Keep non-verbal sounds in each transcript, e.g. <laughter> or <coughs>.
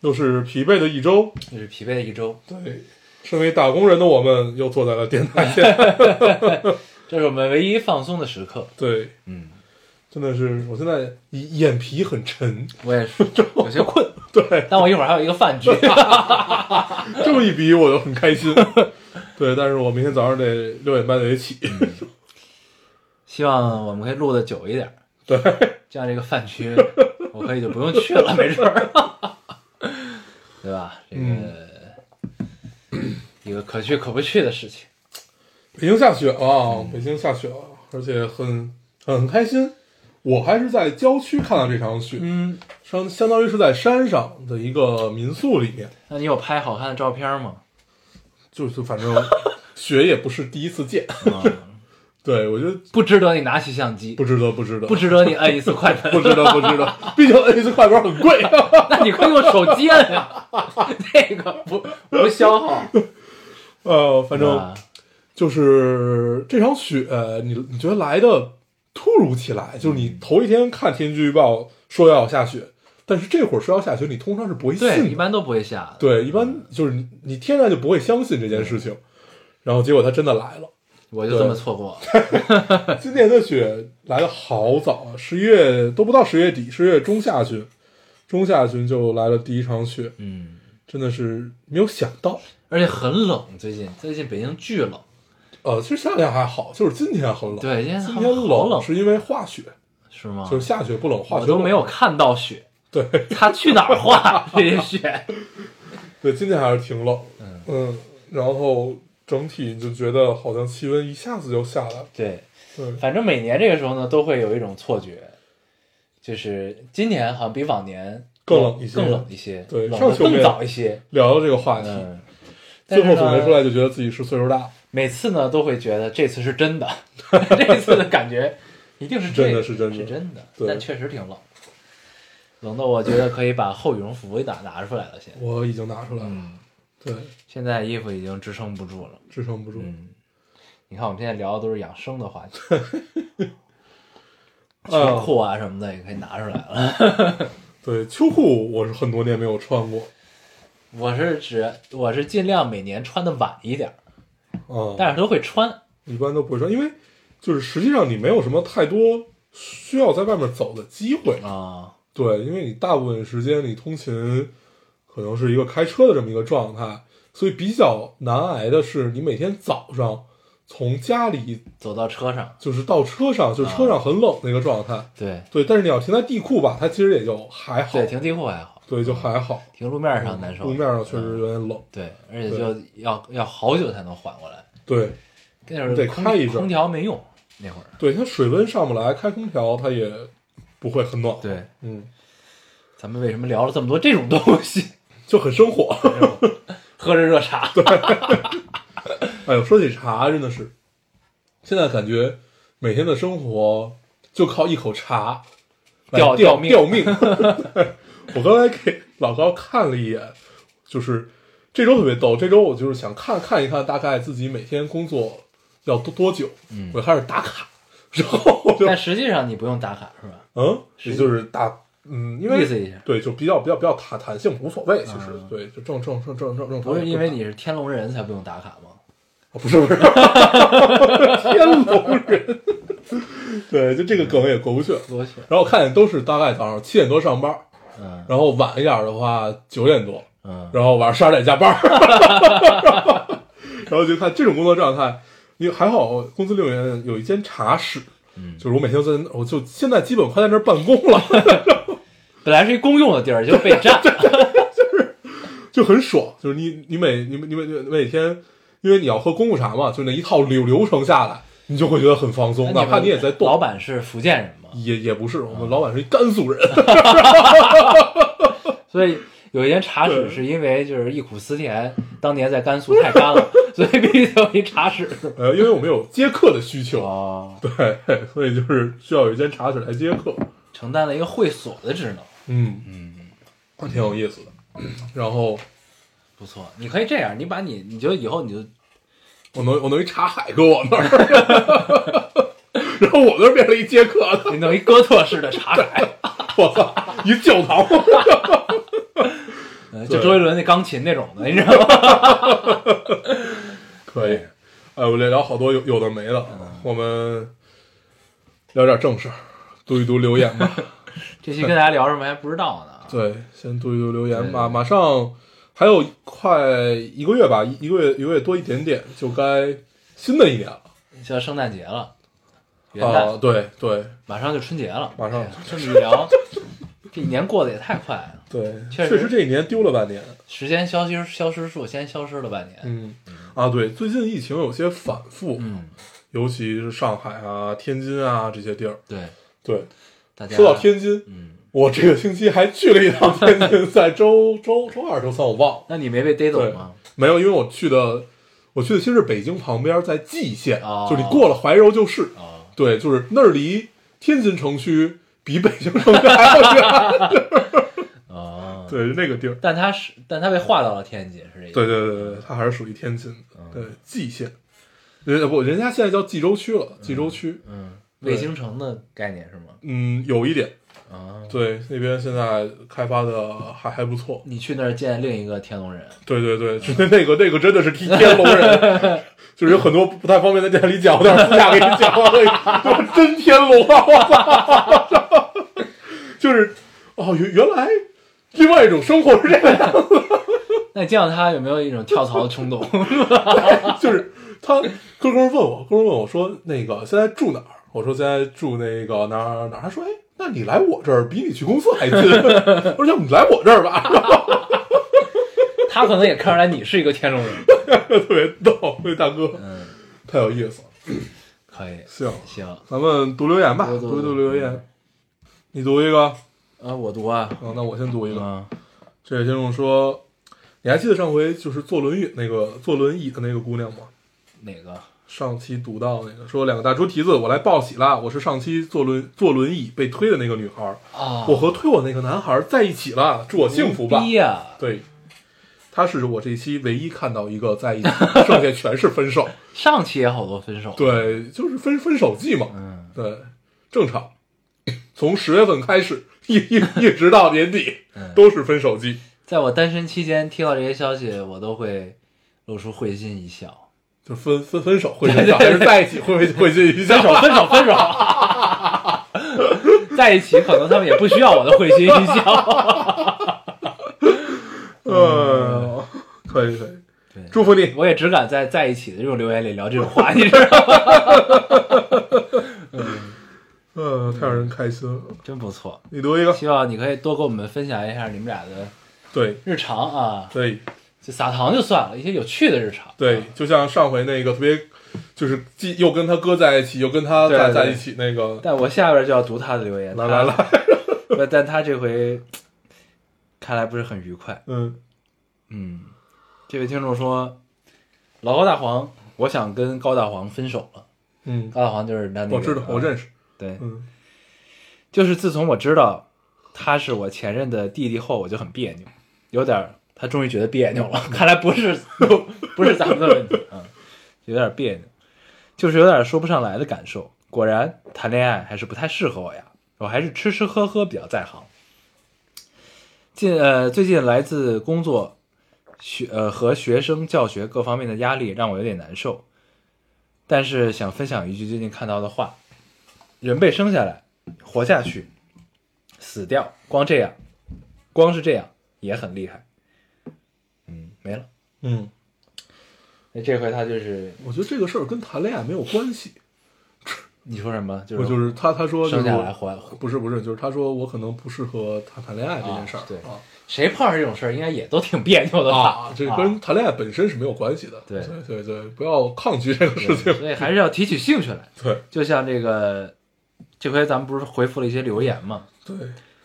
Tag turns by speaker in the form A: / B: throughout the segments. A: 又是疲惫的一周。
B: 又是疲惫的一周，
A: 对，身为打工人的我们又坐在了电台
B: <laughs>
A: 前。
B: 这是我们唯一放松的时刻。
A: 对，
B: 嗯，
A: 真的是，我现在眼眼皮很沉。
B: 我也 <laughs> 是有些困，
A: 对，
B: 但我一会儿还有一个饭 <laughs> 局。
A: 这么一比我就很开心。 <laughs> 对，但是我明天早上得六点半得起。
B: 嗯希望我们可以录的久一点，
A: 对，
B: 这样这个饭 <laughs> 局我可以就不用去了，没准 <laughs> 儿，对吧？这个、 <clears throat> 一个可去可不去的事情。
A: 北京下雪了啊，
B: 嗯
A: 北京下雪了，而且很很开心。我还是在郊区看到这场雪，
B: 嗯，
A: 相相当于是在山上的一个民宿里面，
B: 那你有拍好看的照片 <laughs> 吗？
A: 就是反正雪也不是第一次见。
B: 啊，
A: 对，我觉得
B: 不值得你拿起相机，
A: 不值得，不值得，
B: 不值得你摁一次快门，
A: 不值得，不值得。毕竟 A 次快板很贵。 <laughs>
B: 那你快用手机摁呀，那个不不消耗，
A: 呃，反正
B: 啊
A: 就是这场雪，你你觉得来的突如其来，就是你头一天看天气预报说要下雪，但是这会儿说要下雪，你通常是不会信
B: 对，一
A: 的。
B: 般都不会下的。
A: 对，一般就是你你天然就不会相信这件事情，然后结果它真的来了。
B: 我就这么错过了。
A: 今年的雪来的好早啊，十一月都不到十月底，十月中下旬，中下旬就来了第一场雪，
B: 嗯，
A: 真的是没有想到。
B: 而且很冷，最近最近北京巨冷，
A: 呃，其实夏天还好，就是今天很冷。
B: 对今天
A: 今
B: 好
A: 天
B: 好
A: 冷
B: 冷
A: 是因为化雪，
B: 是吗？
A: 就是下雪不冷，化
B: 我
A: 雪
B: 都
A: 冷
B: 没有。看到雪，
A: 对 <laughs>
B: 它去哪儿化这些雪？
A: 对，今天还是挺冷。嗯然后整体你就觉得好像气温一下子就下来了。
B: 对，
A: 对，
B: 反正每年这个时候呢，都会有一种错觉，就是今年好像比往年
A: 更冷一些
B: 更冷一些，
A: 对
B: 冷
A: 上
B: 得
A: 次我们
B: 更
A: 也
B: 早一些。
A: 聊到这个话题，
B: 嗯，
A: 最后
B: 但是呢
A: 总结出来就觉得自己是岁数大了，
B: 每次呢都会觉得这次是真
A: <laughs>
B: 的，这次的感觉一定是这个
A: 真的是真的
B: 是真的，
A: 对
B: 但确实挺冷，冷到我觉得可以把厚羽绒服给拿拿出来了。现在，
A: 我已经拿出来了。
B: 嗯，
A: 对，
B: 现在衣服已经支撑不住了。
A: 支撑不住。
B: 嗯，你看我们现在聊的都是养生的
A: <laughs>
B: 话题，秋
A: 啊
B: 裤啊什么的也可以拿出来了。
A: 对，秋裤我是很多年没有穿过。
B: 我是指我是尽量每年穿的晚一点儿，
A: 嗯，
B: 但是都会穿。
A: 一般都不会穿，因为就是实际上你没有什么太多需要在外面走的机会。
B: 啊，
A: 对，因为你大部分时间你通勤可能是一个开车的这么一个状态，所以比较难挨的是你每天早上从家里
B: 走到车上，
A: 就是到车上，就是车上很冷的一个状态。
B: 对
A: 对，但是你要停在地库吧，它其实也就还好，
B: 对，停地库还好，
A: 对就还好。
B: 停路面上难受。
A: 路面上确实
B: 嗯
A: 有点冷，
B: 对，而且就要要好久才能缓过来。
A: 对
B: 那会儿
A: 得
B: 空
A: 开一阵儿
B: 空调没用，那会儿
A: 对，它水温上不来，开空调它也不会很暖。，
B: 对，
A: 嗯，
B: 咱们为什么聊了这么多这种东
A: <laughs>
B: 西？
A: 就很生火。
B: 喝着热茶，
A: 哎呦，说起茶真的是，现在感觉每天的生活就靠一口茶来
B: 吊
A: 吊
B: 吊命
A: 吊命。 <laughs> 我刚才给老高看了一眼，就是这周特别逗，这周我就是想看看一看大概自己每天工作要多多久，
B: 嗯
A: 我就开始打卡，然后我就
B: 但实际上你不用打卡是吧？
A: 嗯，也就是打嗯，因为
B: 意思一下，
A: 对就比较比较比较弹弹性无所谓，其实、
B: 嗯
A: 对就正正正正正正常。
B: 不是因为你是天龙人才不用打卡吗？
A: 哦不是不是，天龙人。 <laughs> 对，就这个梗也过不去。
B: 多去，
A: 然后我看见都是大概早上七点多上班，
B: 嗯
A: 然后晚一点的话九点多，
B: 嗯，
A: 然后晚上十二点加班， <laughs> 然后就看这种工作状态。你还好，公司里面有一间茶室，
B: 嗯
A: 就是我每天都在那，我就现在基本快在那儿办公了， <laughs>
B: 本来是一公用的地儿，就被占，
A: 就很爽。就是你你每你你每你每天，因为你要喝公共茶嘛，就那一套流流程下来，你就会觉得很放松，
B: 那
A: 哪怕
B: 们
A: 你也在动。
B: 老板是福建人嘛，
A: 啊也也不是，我们老板是一甘肃人，
B: 所以有一年茶室
A: 对
B: 是因为就是忆苦思甜，当年在甘肃太干了， <laughs> 所以必须得有一茶室。
A: 呃，因为我们有接客的需求，
B: 哦，
A: 对，所以就是需要有一间茶室来接客，
B: 承担了一个会所的职能，
A: 嗯嗯，挺有意思的。然后
B: 不错。你可以这样，你把你你就以后你就
A: 我能我能一茶海搁我那儿， <laughs> 然后我那儿变成一接客的，
B: 你弄一哥特式的 <laughs> 茶台，
A: 我操，一教堂， <laughs>
B: 嗯就周杰伦那钢琴那种的，你知道吗？
A: 可以。哎，我聊聊好多有有的没的啊，我们聊点正事儿，读一读留言吧。
B: 这期跟大家聊什么还不知道呢。
A: 对，先读一读留言
B: 对
A: 吧。马上还有快一个月吧，一一个月一个月多一点点，就该新的一年了。
B: 就要圣诞节了，元旦、
A: 啊，对对
B: 哦马上就春节了，
A: 马上
B: 哎呀这么一聊，这一年过得也太快了，
A: 对，
B: 确实
A: 确实这一年丢了半年。
B: 时间消失消失数先消失了半年。
A: 嗯，啊，对，最近疫情有些反复，
B: 嗯，
A: 尤其是上海啊、天津啊这些地儿。
B: 对，
A: 对，
B: 大家
A: 说到天津，
B: 嗯，
A: 我这个星期还去了一趟天津，在周 <laughs> 周周二、周三我忘了，
B: 那你没被逮走
A: 对
B: 吗？
A: 没有，因为我去的我去的其实是北京旁边，在蓟县，
B: 哦
A: 就是你过了怀柔就是。
B: 哦，
A: 对，就是那儿离天津城区比北京城区还要远。
B: 哦，，
A: 对，那个地儿，
B: 但他是，但他被划到了天津，是这意思？
A: 对对对对，它还是属于天津的，对蓟县。人不，人家现在叫蓟州区了，蓟州区，
B: 嗯，
A: 对
B: 卫星城的概念是吗？
A: 嗯，有一点，
B: 啊，
A: 对，那边现在开发的还还不错。
B: 你去那儿见另一个天龙人，
A: 对对对，就那个那个真的是替天龙人，就是有很多不太方便在店里讲，但是私下给你讲了，我真天龙啊！我操， <laughs> 就是哦，原原来另外一种生活是这个样子，
B: 那你见到他有没有一种跳槽的冲动？ <laughs>
A: 就是他哥哥问我，哥哥问我说那个现在住哪儿？我说现在住那个哪儿哪儿？他说哎，那你来我这儿比你去公司还近。 <laughs> 我说要不你来我这儿吧，
B: 他可能也看出来你是一个天龙人。
A: 特别逗，那大哥
B: 嗯，
A: 太有意思了。
B: 可以，
A: 行，
B: 行，
A: 咱们读留言吧，
B: 读读
A: 读一读
B: 读
A: 留言。你读一个，
B: 啊，我读啊，
A: 嗯，那我先读一个。
B: 嗯，
A: 这位听众说，你还记得上回就是坐轮椅那个坐轮椅的那个姑娘吗？
B: 哪个？
A: 上期读到那个说两个大猪蹄子，我来报喜啦！我是上期坐轮坐轮椅被推的那个女孩儿，
B: 啊，
A: 我和推我那个男孩儿在一起了，祝我幸福吧！
B: 逼啊呀！
A: 对，他是我这一期唯一看到一个在一起， <laughs> 剩下全是分手。
B: 上期也好多分手，，
A: 对，就是分分手季嘛。
B: 嗯，
A: 对，正常。从十月份开始，一一一直到年底，
B: 嗯
A: 都是分手季，
B: 在我单身期间听到这些消息，我都会露出会心一笑。
A: 就分分分手会分手，还是在一起会会会心一笑。
B: <laughs> 分手，分手，在一起可能他们也不需要我的会心一笑。
A: <laughs>
B: <laughs>
A: 嗯，可以可以，
B: 对，
A: 祝福你。
B: 我也只敢在在一起的这种留言里聊这种话，你知道吗？
A: 嗯，太让人开心了。
B: 真不错，
A: 你读一个，
B: 希望你可以多跟我们分享一下你们俩的
A: 对
B: 日常啊，
A: 对
B: 就撒糖就算了，一些有趣的日常。
A: 对，就像上回那个特别，就是既又跟他哥在一起，又跟他
B: 对
A: 在
B: 对
A: 在一起那个，
B: 但我下边就要读他的留言，
A: 来来来，
B: 但但他这回看来不是很愉快。
A: 嗯
B: 嗯，这位听众说，老高大黄，我想跟高大黄分手了。
A: 嗯，
B: 高大黄就是那那个，
A: 我知道，我认
B: 识。
A: 识，
B: 对，
A: 嗯
B: 就是自从我知道他是我前任的弟弟后，我就很别扭，有点儿他终于觉得别扭了， <laughs> 看来不是不是咱们的问题啊，有点别扭，就是有点说不上来的感受。果然谈恋爱还是不太适合我呀，我还是吃吃喝喝比较在行。近呃，最近来自工作、学呃和学生教学各方面的压力让我有点难受，但是想分享一句最近看到的话：人被生下来，活下去，死掉，光这样，光是这样也很厉害。嗯，没了。
A: 嗯，
B: 那这回他就是
A: 我觉得这个事儿跟谈恋爱没有关系。
B: 你说什么？就
A: 我
B: 是
A: 就是他，他说就
B: 生
A: 是
B: 下
A: 我
B: 来活，
A: 不是不是，就是他说我可能不适合谈谈恋爱这件事儿、
B: 啊对
A: 啊
B: 谁碰上这种事儿，应该也都挺别扭的吧？
A: 啊，这跟谈恋爱本身是没有关系的。
B: 对
A: 对对对，不要抗拒这个事
B: 对
A: 情。
B: 所以还是要提起兴趣来。
A: 对
B: 就像这个，这回咱们不是回复了一些留言嘛？
A: 对，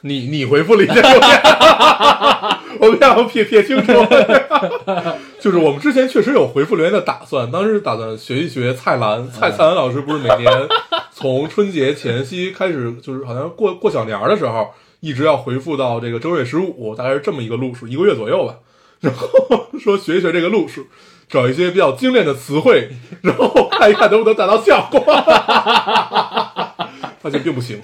A: 你你回复了一下邮件，我们要撇撇清楚。就是我们之前确实有回复留言的打算，当时打算学一学蔡澜，蔡蔡澜老师不是每年从春节前夕开始，就是好像过过小年儿的时候，一直要回复到这个正月十五，大概是这么一个路数，一个月左右吧。然后说学一学这个路数，找一些比较精炼的词汇，然后看一看能不能达到效果。 <laughs> 发现并不行。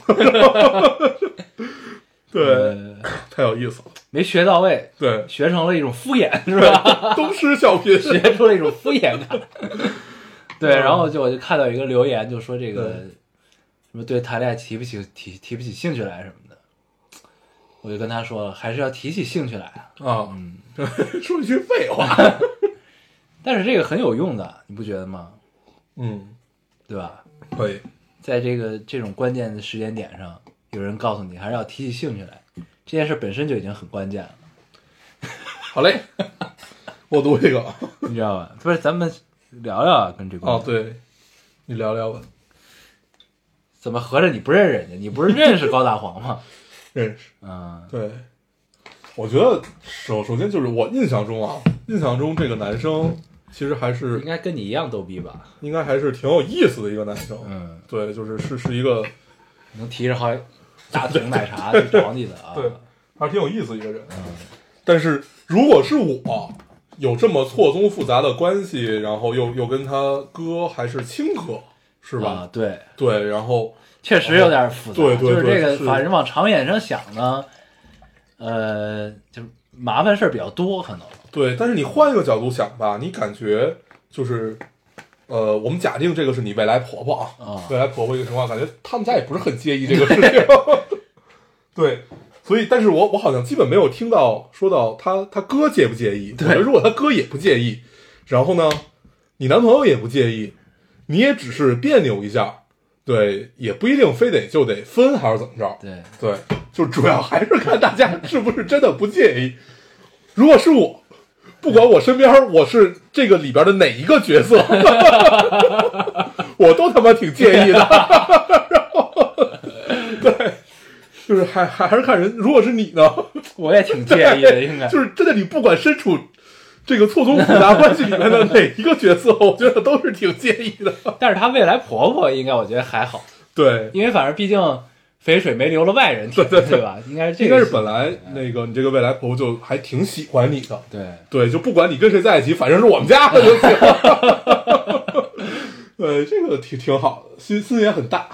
A: 对，
B: 呃，
A: 太有意思了。
B: 没学到位，
A: 对，
B: 学成了一种敷衍，是吧？
A: <laughs> 东施效
B: <laughs>
A: 颦。
B: 学出了一种敷衍感。 <laughs> 嗯对，然后就我就看到一个留言，就说这个
A: 对
B: 什么对谈恋爱提不起提提不起兴趣来什么的，我就跟他说了，还是要提起兴趣来啊。
A: 啊，
B: 嗯，
A: <laughs> 说一句废话。
B: 但是这个很有用的，你不觉得吗？
A: 嗯，
B: 对吧？
A: 可以。
B: 在这个这种关键的时间点上，有人告诉你还是要提起兴趣来，这件事本身就已经很关键了，
A: 好嘞，我读一个啊。
B: 你知道吧？不是，咱们聊聊啊，跟这个
A: 哦，对，你聊聊吧。
B: 怎么合着你不认识人家？你不是认识高大黄吗？ <laughs>
A: 认识。
B: 嗯
A: 对，我觉得首首先就是我印象中啊，印象中这个男生其实还是
B: 应该跟你一样逗逼吧？
A: 应该还是挺有意思的一个男生。
B: 嗯，
A: 对，就是是是一个
B: 能提着好几大桶奶茶去找你的啊？
A: 对，还是挺有意思的一个人。但是如果是我有这么错综复杂的关系，然后又又跟他哥还是亲哥，是吧？
B: 啊，对，
A: 对，然后
B: 确实有点复杂。
A: 对对
B: 就是这
A: 对
B: 个，
A: 是
B: 反正往长远上想呢，呃，就麻烦事儿比较多，可能。
A: 对，但是你换一个角度想吧，你感觉就是，呃，我们假定这个是你未来婆婆啊，
B: 啊
A: 未来婆婆一个情况，感觉他们家也不是很介意这个事情， <laughs> 对，所以，但是我我好像基本没有听到说到他他哥介不介意，我觉得如果他哥也不介意，然后呢，你男朋友也不介意，你也只是别扭一下，对，也不一定非得就得分还是怎么着，
B: 对，
A: 对，就主要还是看大家是不是真的不介意。如果是我，不管我身边儿我是这个里边的哪一个角色， <laughs> 我都他妈挺介意的。 <laughs> 然后对，就是还还还是看人。如果是你呢，
B: 我也挺介意的，应该。
A: <laughs> 就是真的你不管身处这个错综复杂关系里面的哪一个角
B: <laughs>
A: 色，我觉得都是挺介意的。
B: 但是她未来婆婆应该我觉得还好，
A: 对，
B: 因为反正毕竟肥水没流了外人田，对吧？应该是这
A: 应
B: 个
A: 该是
B: 性
A: 本来那个你这个未来婆婆就还挺喜欢你的。
B: 对
A: 对，就不管你跟谁在一起，反正是我们家的就行。 <laughs> 对，这个挺挺好的，心心也很大。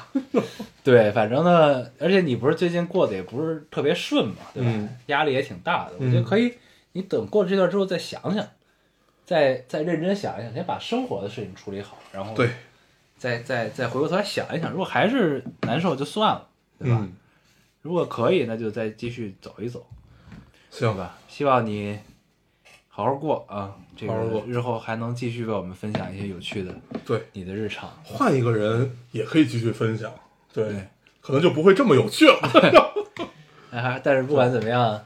B: 对，反正呢，而且你不是最近过得也不是特别顺嘛，对吧？
A: 嗯
B: 压力也挺大的，我
A: 嗯
B: 觉得可以，你等过了这段之后再想想，再再认真想一想，先把生活的事情处理好，然后
A: 对，
B: 再再再回过头来想一想，如果还是难受就算了，对吧？
A: 嗯，
B: 如果可以，那就再继续走一走，对
A: 行，
B: 吧？希望你好好过啊，这
A: 好好
B: 个
A: 过
B: 日后还能继续为我们分享一些有趣的
A: 对，
B: 你的日常。
A: 换一个人也可以继续分享。对，
B: 对
A: 可能就不会这么有趣
B: <laughs>
A: 了。
B: 哎，还但是不管怎么样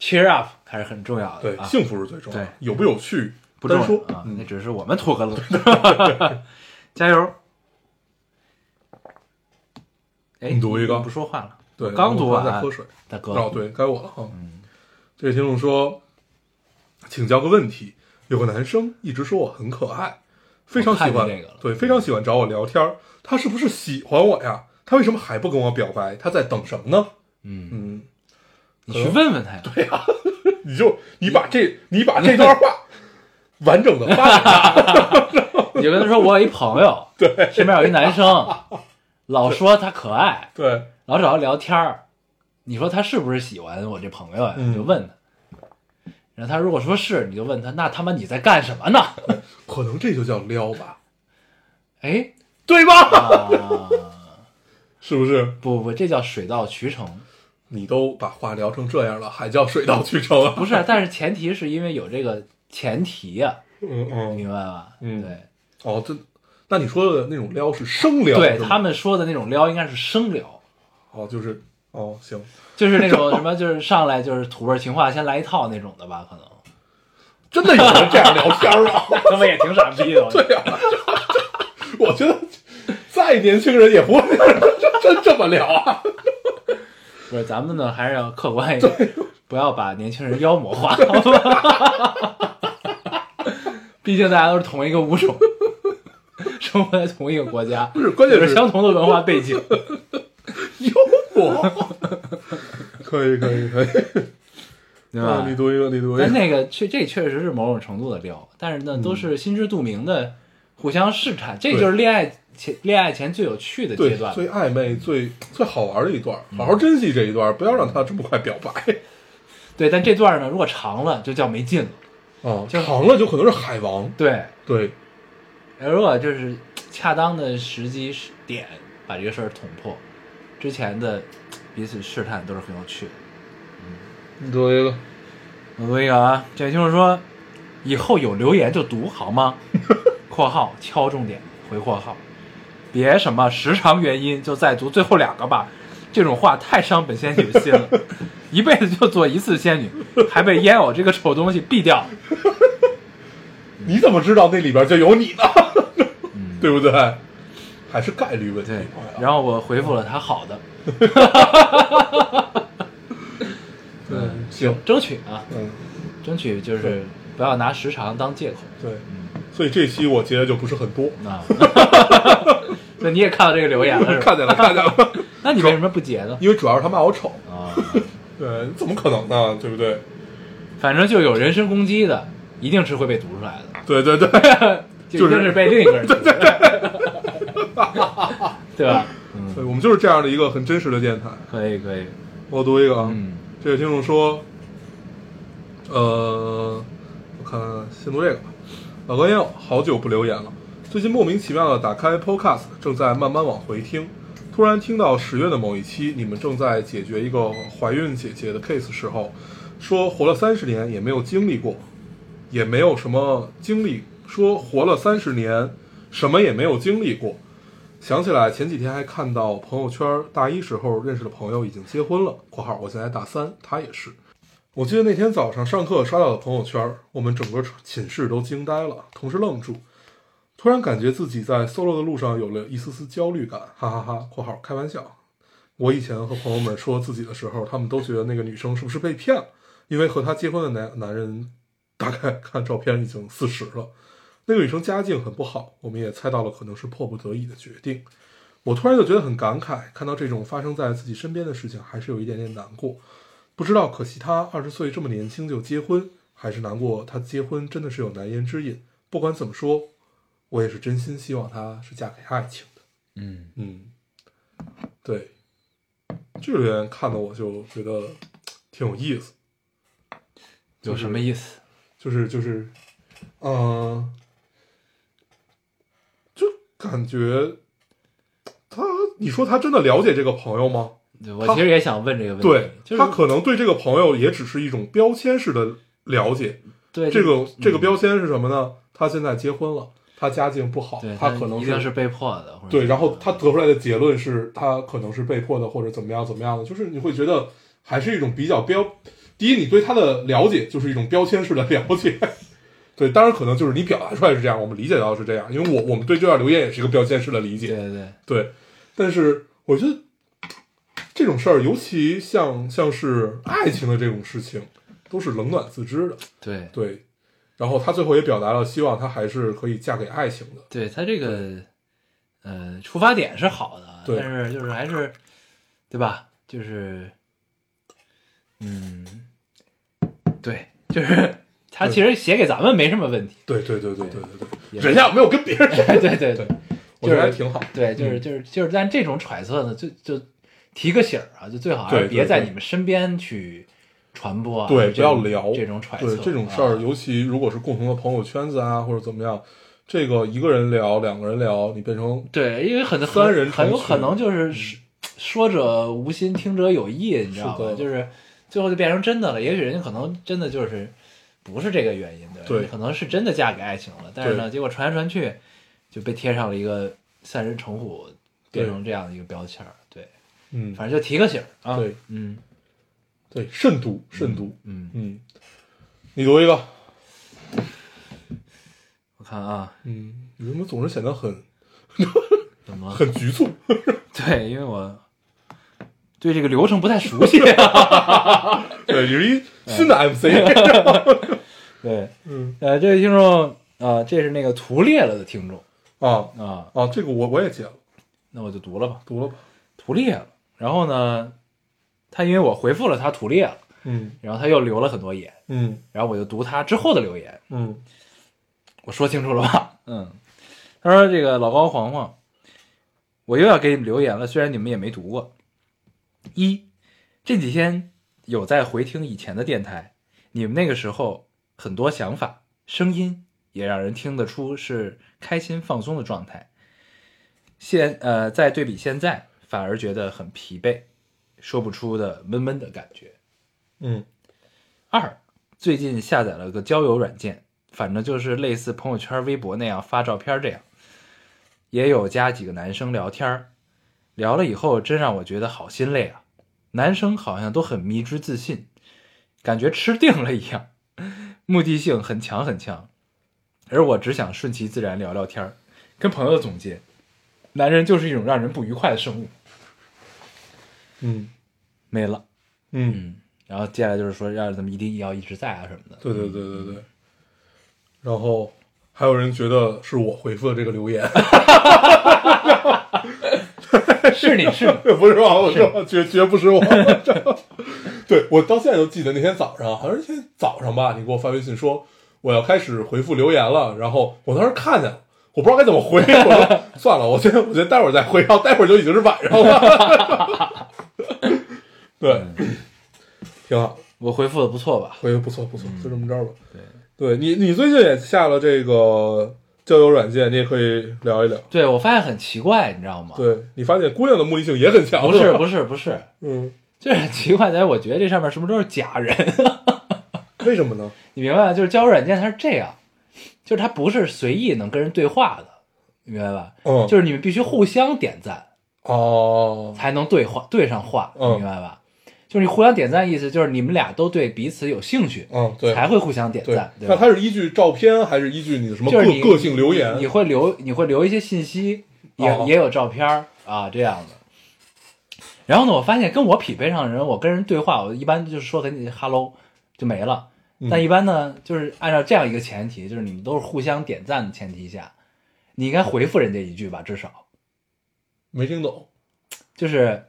B: ，cheer up 还是很重要的。
A: 对，
B: 啊、
A: 幸福是最重要的
B: 对，
A: 有不有趣
B: 不重要
A: 单说。
B: 啊，那
A: 嗯，
B: 只是我们图个乐。
A: <laughs>
B: 加油！哎，
A: 你读一个
B: 不说话了。
A: 对，
B: 刚读完
A: 我在喝水。
B: 大哥。
A: 哦，对，该我了哈。这位听众说，请教个问题：有个男生一直说我很可爱，非常喜
B: 我
A: 欢
B: 看见这个了
A: 对，非常喜欢找我聊天儿。他是不是喜欢我呀？他为什么还不跟我表白？他在等什么呢？
B: 嗯，
A: 嗯，
B: 你去问问他呀。对，
A: 你就你把这你把这段话完整的发给他，
B: 你就跟他说，我有一朋友，对，身边有一男生，
A: <laughs>
B: 老说他可爱，
A: <laughs> 对，
B: 老找他聊天儿。你说他是不是喜欢我这朋友呀？
A: 嗯
B: 你就问他。然后他如果说是，你就问他，那他妈你在干什么呢？ <laughs>
A: 可能这就叫撩吧，
B: 哎，
A: 对吧？
B: 啊，
A: 是不是？
B: 不不不，这叫水到渠成。
A: 你都把话聊成这样了，还叫水到渠 <laughs> 成啊？
B: 不是啊，但是前提是因为有这个前提呀、
A: 嗯
B: 你
A: 嗯，
B: 明白吧？
A: 嗯
B: 对，
A: 哦，这那你说的那种撩是生撩，
B: 对
A: 是吗
B: 他们说的那种撩应该是生撩，
A: 哦，就是哦，行，
B: <laughs> 就是那种什么，就是上来就是土味情话，先来一套那种的吧，
A: <laughs>
B: 可能。
A: 真的有人这样聊天吗？
B: 他们也挺傻逼的，
A: <laughs> 对呀、 <laughs> 我觉得再年轻人也不会真这么聊啊。
B: 不是，咱们呢还是要客观一点， <laughs> 不要把年轻人妖魔化， <laughs> 好吧？毕竟大家都是同一个物种， <laughs> 生活在同一个国家，
A: 不是关键
B: 有着
A: 是
B: 相同的文化背景。
A: 幽默，可以可以可以，
B: <laughs> 对吧
A: 啊，你读一个，你读一
B: 但
A: 个，
B: 那个确这确实是某种程度的撩，但是呢，都是心知肚明的，互相试探，这就是恋爱前恋爱前最有趣的
A: 对
B: 阶，段。嗯
A: 最暧昧、最最好玩的一段，好好珍惜这一段，不要让他这么快表白
B: 对，但这段呢，如果长了就叫没劲了。
A: 啊！
B: 就是
A: 长了就可能是海王，
B: 对，
A: 对，
B: 如果就是恰当的时机时点把这个事儿捅破，之前的彼此试探都是很有趣的。
A: 你读一个，
B: 我读一个啊，这位听众说，以后有留言就读好吗？（括号敲重点，回括号，别什么时长原因就再读最后两个吧，这种话太伤本仙女的心了，一辈子就做一次仙女，还被烟偶这个丑东西毙掉。
A: 你怎么知道那里边就有你呢？ <laughs> 对不对？还是概率问题
B: 嗯
A: 哎
B: 对，，
A: 朋友
B: 然后我回复了他好的，
A: 嗯，行，
B: 争取啊，
A: 嗯，
B: 争取就是不要拿时长当借口。
A: 对，
B: 嗯
A: 所以这期我截的就不是很多，
B: 啊， <laughs> 那你也看到这个留言了是吧？
A: 看见了，看
B: <laughs>
A: 见了，
B: 那你为什么不截呢？ <laughs>
A: 因为主要是他骂我丑，
B: 啊，
A: 对，怎么可能呢？对不对？
B: 反正就有人身攻击的，一定是会被读出来的，
A: 对对对，
B: 就一定是被另一个人读，对 <laughs>
A: <laughs>
B: 吧？嗯，
A: 对我们就是这样的一个很真实的电台。
B: 可以可以，
A: 我读一个啊，
B: 嗯
A: 这位听众说，呃，我看看先读这个吧。老高烟友，好久不留言了，最近莫名其妙的打开 Podcast，正在慢慢往回听，突然听到十月的某一期，你们正在解决一个怀孕姐姐的 case 时候，说活了三十年也没有经历过，也没有什么经历，说活了三十年什么也没有经历过。想起来前几天还看到朋友圈，大一时候认识的朋友已经结婚了（括号我现在大三，他也是）。我记得那天早上上课刷到的朋友圈，我们整个寝室都惊呆了，同时愣住，突然感觉自己在 solo 的路上有了一丝丝焦虑感，哈哈哈（括号开玩笑）。我以前和朋友们说自己的时候，他们都觉得那个女生是不是被骗了，因为和她结婚的男男人大概看照片已经四十了。那个女生家境很不好，我们也猜到了可能是迫不得已的决定。我突然就觉得很感慨，看到这种发生在自己身边的事情，还是有一点点难过。不知道，可惜她二十岁这么年轻就结婚，还是难过。她结婚真的是有难言之隐。不管怎么说，我也是真心希望她是嫁给爱情的。
B: 嗯，
A: 嗯，对，这个留言看的我就觉得嘖挺有意思，
B: 有什么意思？
A: 就是就是，嗯、就感觉他，你说他真的了解这个朋友吗？
B: 对我其实也想问这个问题，
A: 对，
B: 就是
A: 他可能对这个朋友也只是一种标签式的了解。
B: 对
A: 这个这个
B: 嗯
A: 标签是什么呢？他现在结婚了，他家境不好
B: 对，
A: 他可能
B: 一定是被迫的，或者
A: 对，然后他得出来的结论是他可能是被迫的，或者怎么样怎么样的，就是你会觉得还是一种比较标。第一，你对他的了解就是一种标签式的了解，对，当然可能就是你表达出来是这样，我们理解到是这样，因为我我们对这段留言也是一个标签式的理
B: 对
A: 解，
B: 对对，
A: 对。但是我觉得这种事儿，尤其像像是爱情的这种事情，都是冷暖自知的，
B: 对
A: 对。然后他最后也表达了希望他还是可以嫁给爱情的，
B: 对他这个呃出发点是好的，
A: 对
B: 但是就是还是对吧？就是嗯，对，就是他其实写给咱们没什么问题，
A: 对对对对对对对，
B: 也
A: 人家有没有跟别
B: <laughs>
A: 人
B: 对对对对
A: 我觉得还挺好。
B: 对，就是
A: 嗯
B: 就是就是，但这种揣测呢，就就提个醒儿啊，就最好还是
A: 对对
B: 别在
A: 对
B: 你们身边去传播啊，
A: 对，不
B: 这
A: 要
B: 种
A: 聊
B: 这种揣测
A: 对
B: 啊，
A: 这种事儿，尤其如果是共同的朋友圈子啊，或者怎么样，这个一个人聊，两个人聊，你变成
B: 对，因为很
A: 三
B: 很
A: 人成
B: 很有
A: 群
B: 可能就是说说者无心，听者有意，你知道
A: 是
B: 吧？
A: 的
B: 就是最后就变成真的了。也许人家可能真的就是不是这个原因对吧
A: 对
B: 人家可能是真的嫁给爱情了，但是呢，结果传来传去就被贴上了一个三人成虎，
A: 对
B: 变成这样的一个标签儿。对，
A: 嗯，
B: 反正就提个醒儿啊。
A: 对，
B: 嗯
A: 对，慎独，慎独。
B: 嗯，
A: 嗯，你读一个。
B: 我看啊，
A: 嗯，你怎么总是显得很
B: 怎么了？ <laughs>
A: 很局促？
B: 对，因为我对这个流程不太熟悉、
A: <laughs>
B: 啊
A: 对，有一新的 MC，
B: 对，
A: 嗯，
B: 呃，这位听众啊、这是那个图裂了的听众
A: <laughs> 啊
B: 啊，
A: 啊，这个我我也解了，
B: 那我就读了吧，
A: 读了吧，
B: 图裂了。然后呢，他因为我回复了他图裂了，
A: 嗯
B: 然后他又留了很多言，
A: 嗯
B: 然后我就读他之后的留言，
A: 嗯
B: 我说清楚了吧？ <laughs> 嗯，他说这个老高黄黄，我又要给你们留言了，虽然你们也没读过。一，这几天有在回听以前的电台，你们那个时候很多想法、声音也让人听得出是开心放松的状态。现呃，再对比现在，反而觉得很疲惫，说不出的闷闷的感觉。
A: 嗯
B: 二，最近下载了个交友软件，反正就是类似朋友圈、微博那样发照片这样，也有加几个男生聊天儿聊了以后真让我觉得好心累啊！男生好像都很迷之自信，感觉吃定了一样，目的性很强很强，而我只想顺其自然聊聊天儿跟朋友总结，男人就是一种让人不愉快的生物。
A: 嗯
B: 没了，
A: 嗯，
B: 嗯，然后接下来就是说让咱们一定要一直在啊什么的，
A: 对对对对对，然后还有人觉得是我回复的这个留言，
B: <laughs> 是你是你，
A: 不是吧？我说绝绝不是我。 <laughs> 对我到现在都记得那天早上，好像是今天早上吧，你给我发微信说我要开始回复留言了，然后我当时看见了。我不知道该怎么回，我说 <laughs> 算了，我先我先待会儿再回，然后待会儿就已经是晚上了。 <laughs> 对，
B: 嗯
A: 挺好，
B: 我回复的不错吧？
A: 回的不错不错，就这么着吧。
B: 嗯对，
A: 对你你最近也下了这个交友软件，你也可以聊一聊。
B: 对我发现很奇怪，你知道吗？，
A: 对你发现姑娘的目的性也很强，
B: 不是
A: 吧
B: 不是不是，
A: 嗯，
B: 就是很奇怪在于我觉得这上面是不是都是假人？
A: 为什么呢？
B: 你明白吗？就是交友软件它是这样，就是它不是随意能跟人对话的，你明白吧？
A: 嗯，
B: 就是你们必须互相点赞
A: 哦，
B: 才能对话对上话，你
A: 嗯
B: 明白吧？就是你互相点赞，意思就是你们俩都对彼此有兴趣，
A: 嗯，对，
B: 才会互相点
A: 对
B: 赞，。对
A: 那
B: 吧？
A: 他是依据照片还是依据你的什么
B: 就是
A: 个
B: 你
A: 个性留言
B: 你？会留你会留一些信息，也、
A: 哦
B: 也有照片儿啊这样的。然后呢，我发现跟我匹配上的人，我跟人对话，我一般就是说跟你 hello 就没了。
A: 嗯
B: 但一般呢，就是按照这样一个前提，就是你们都是互相点赞的前提下，你应该回复人家一句吧，至少
A: 没听懂。
B: 就是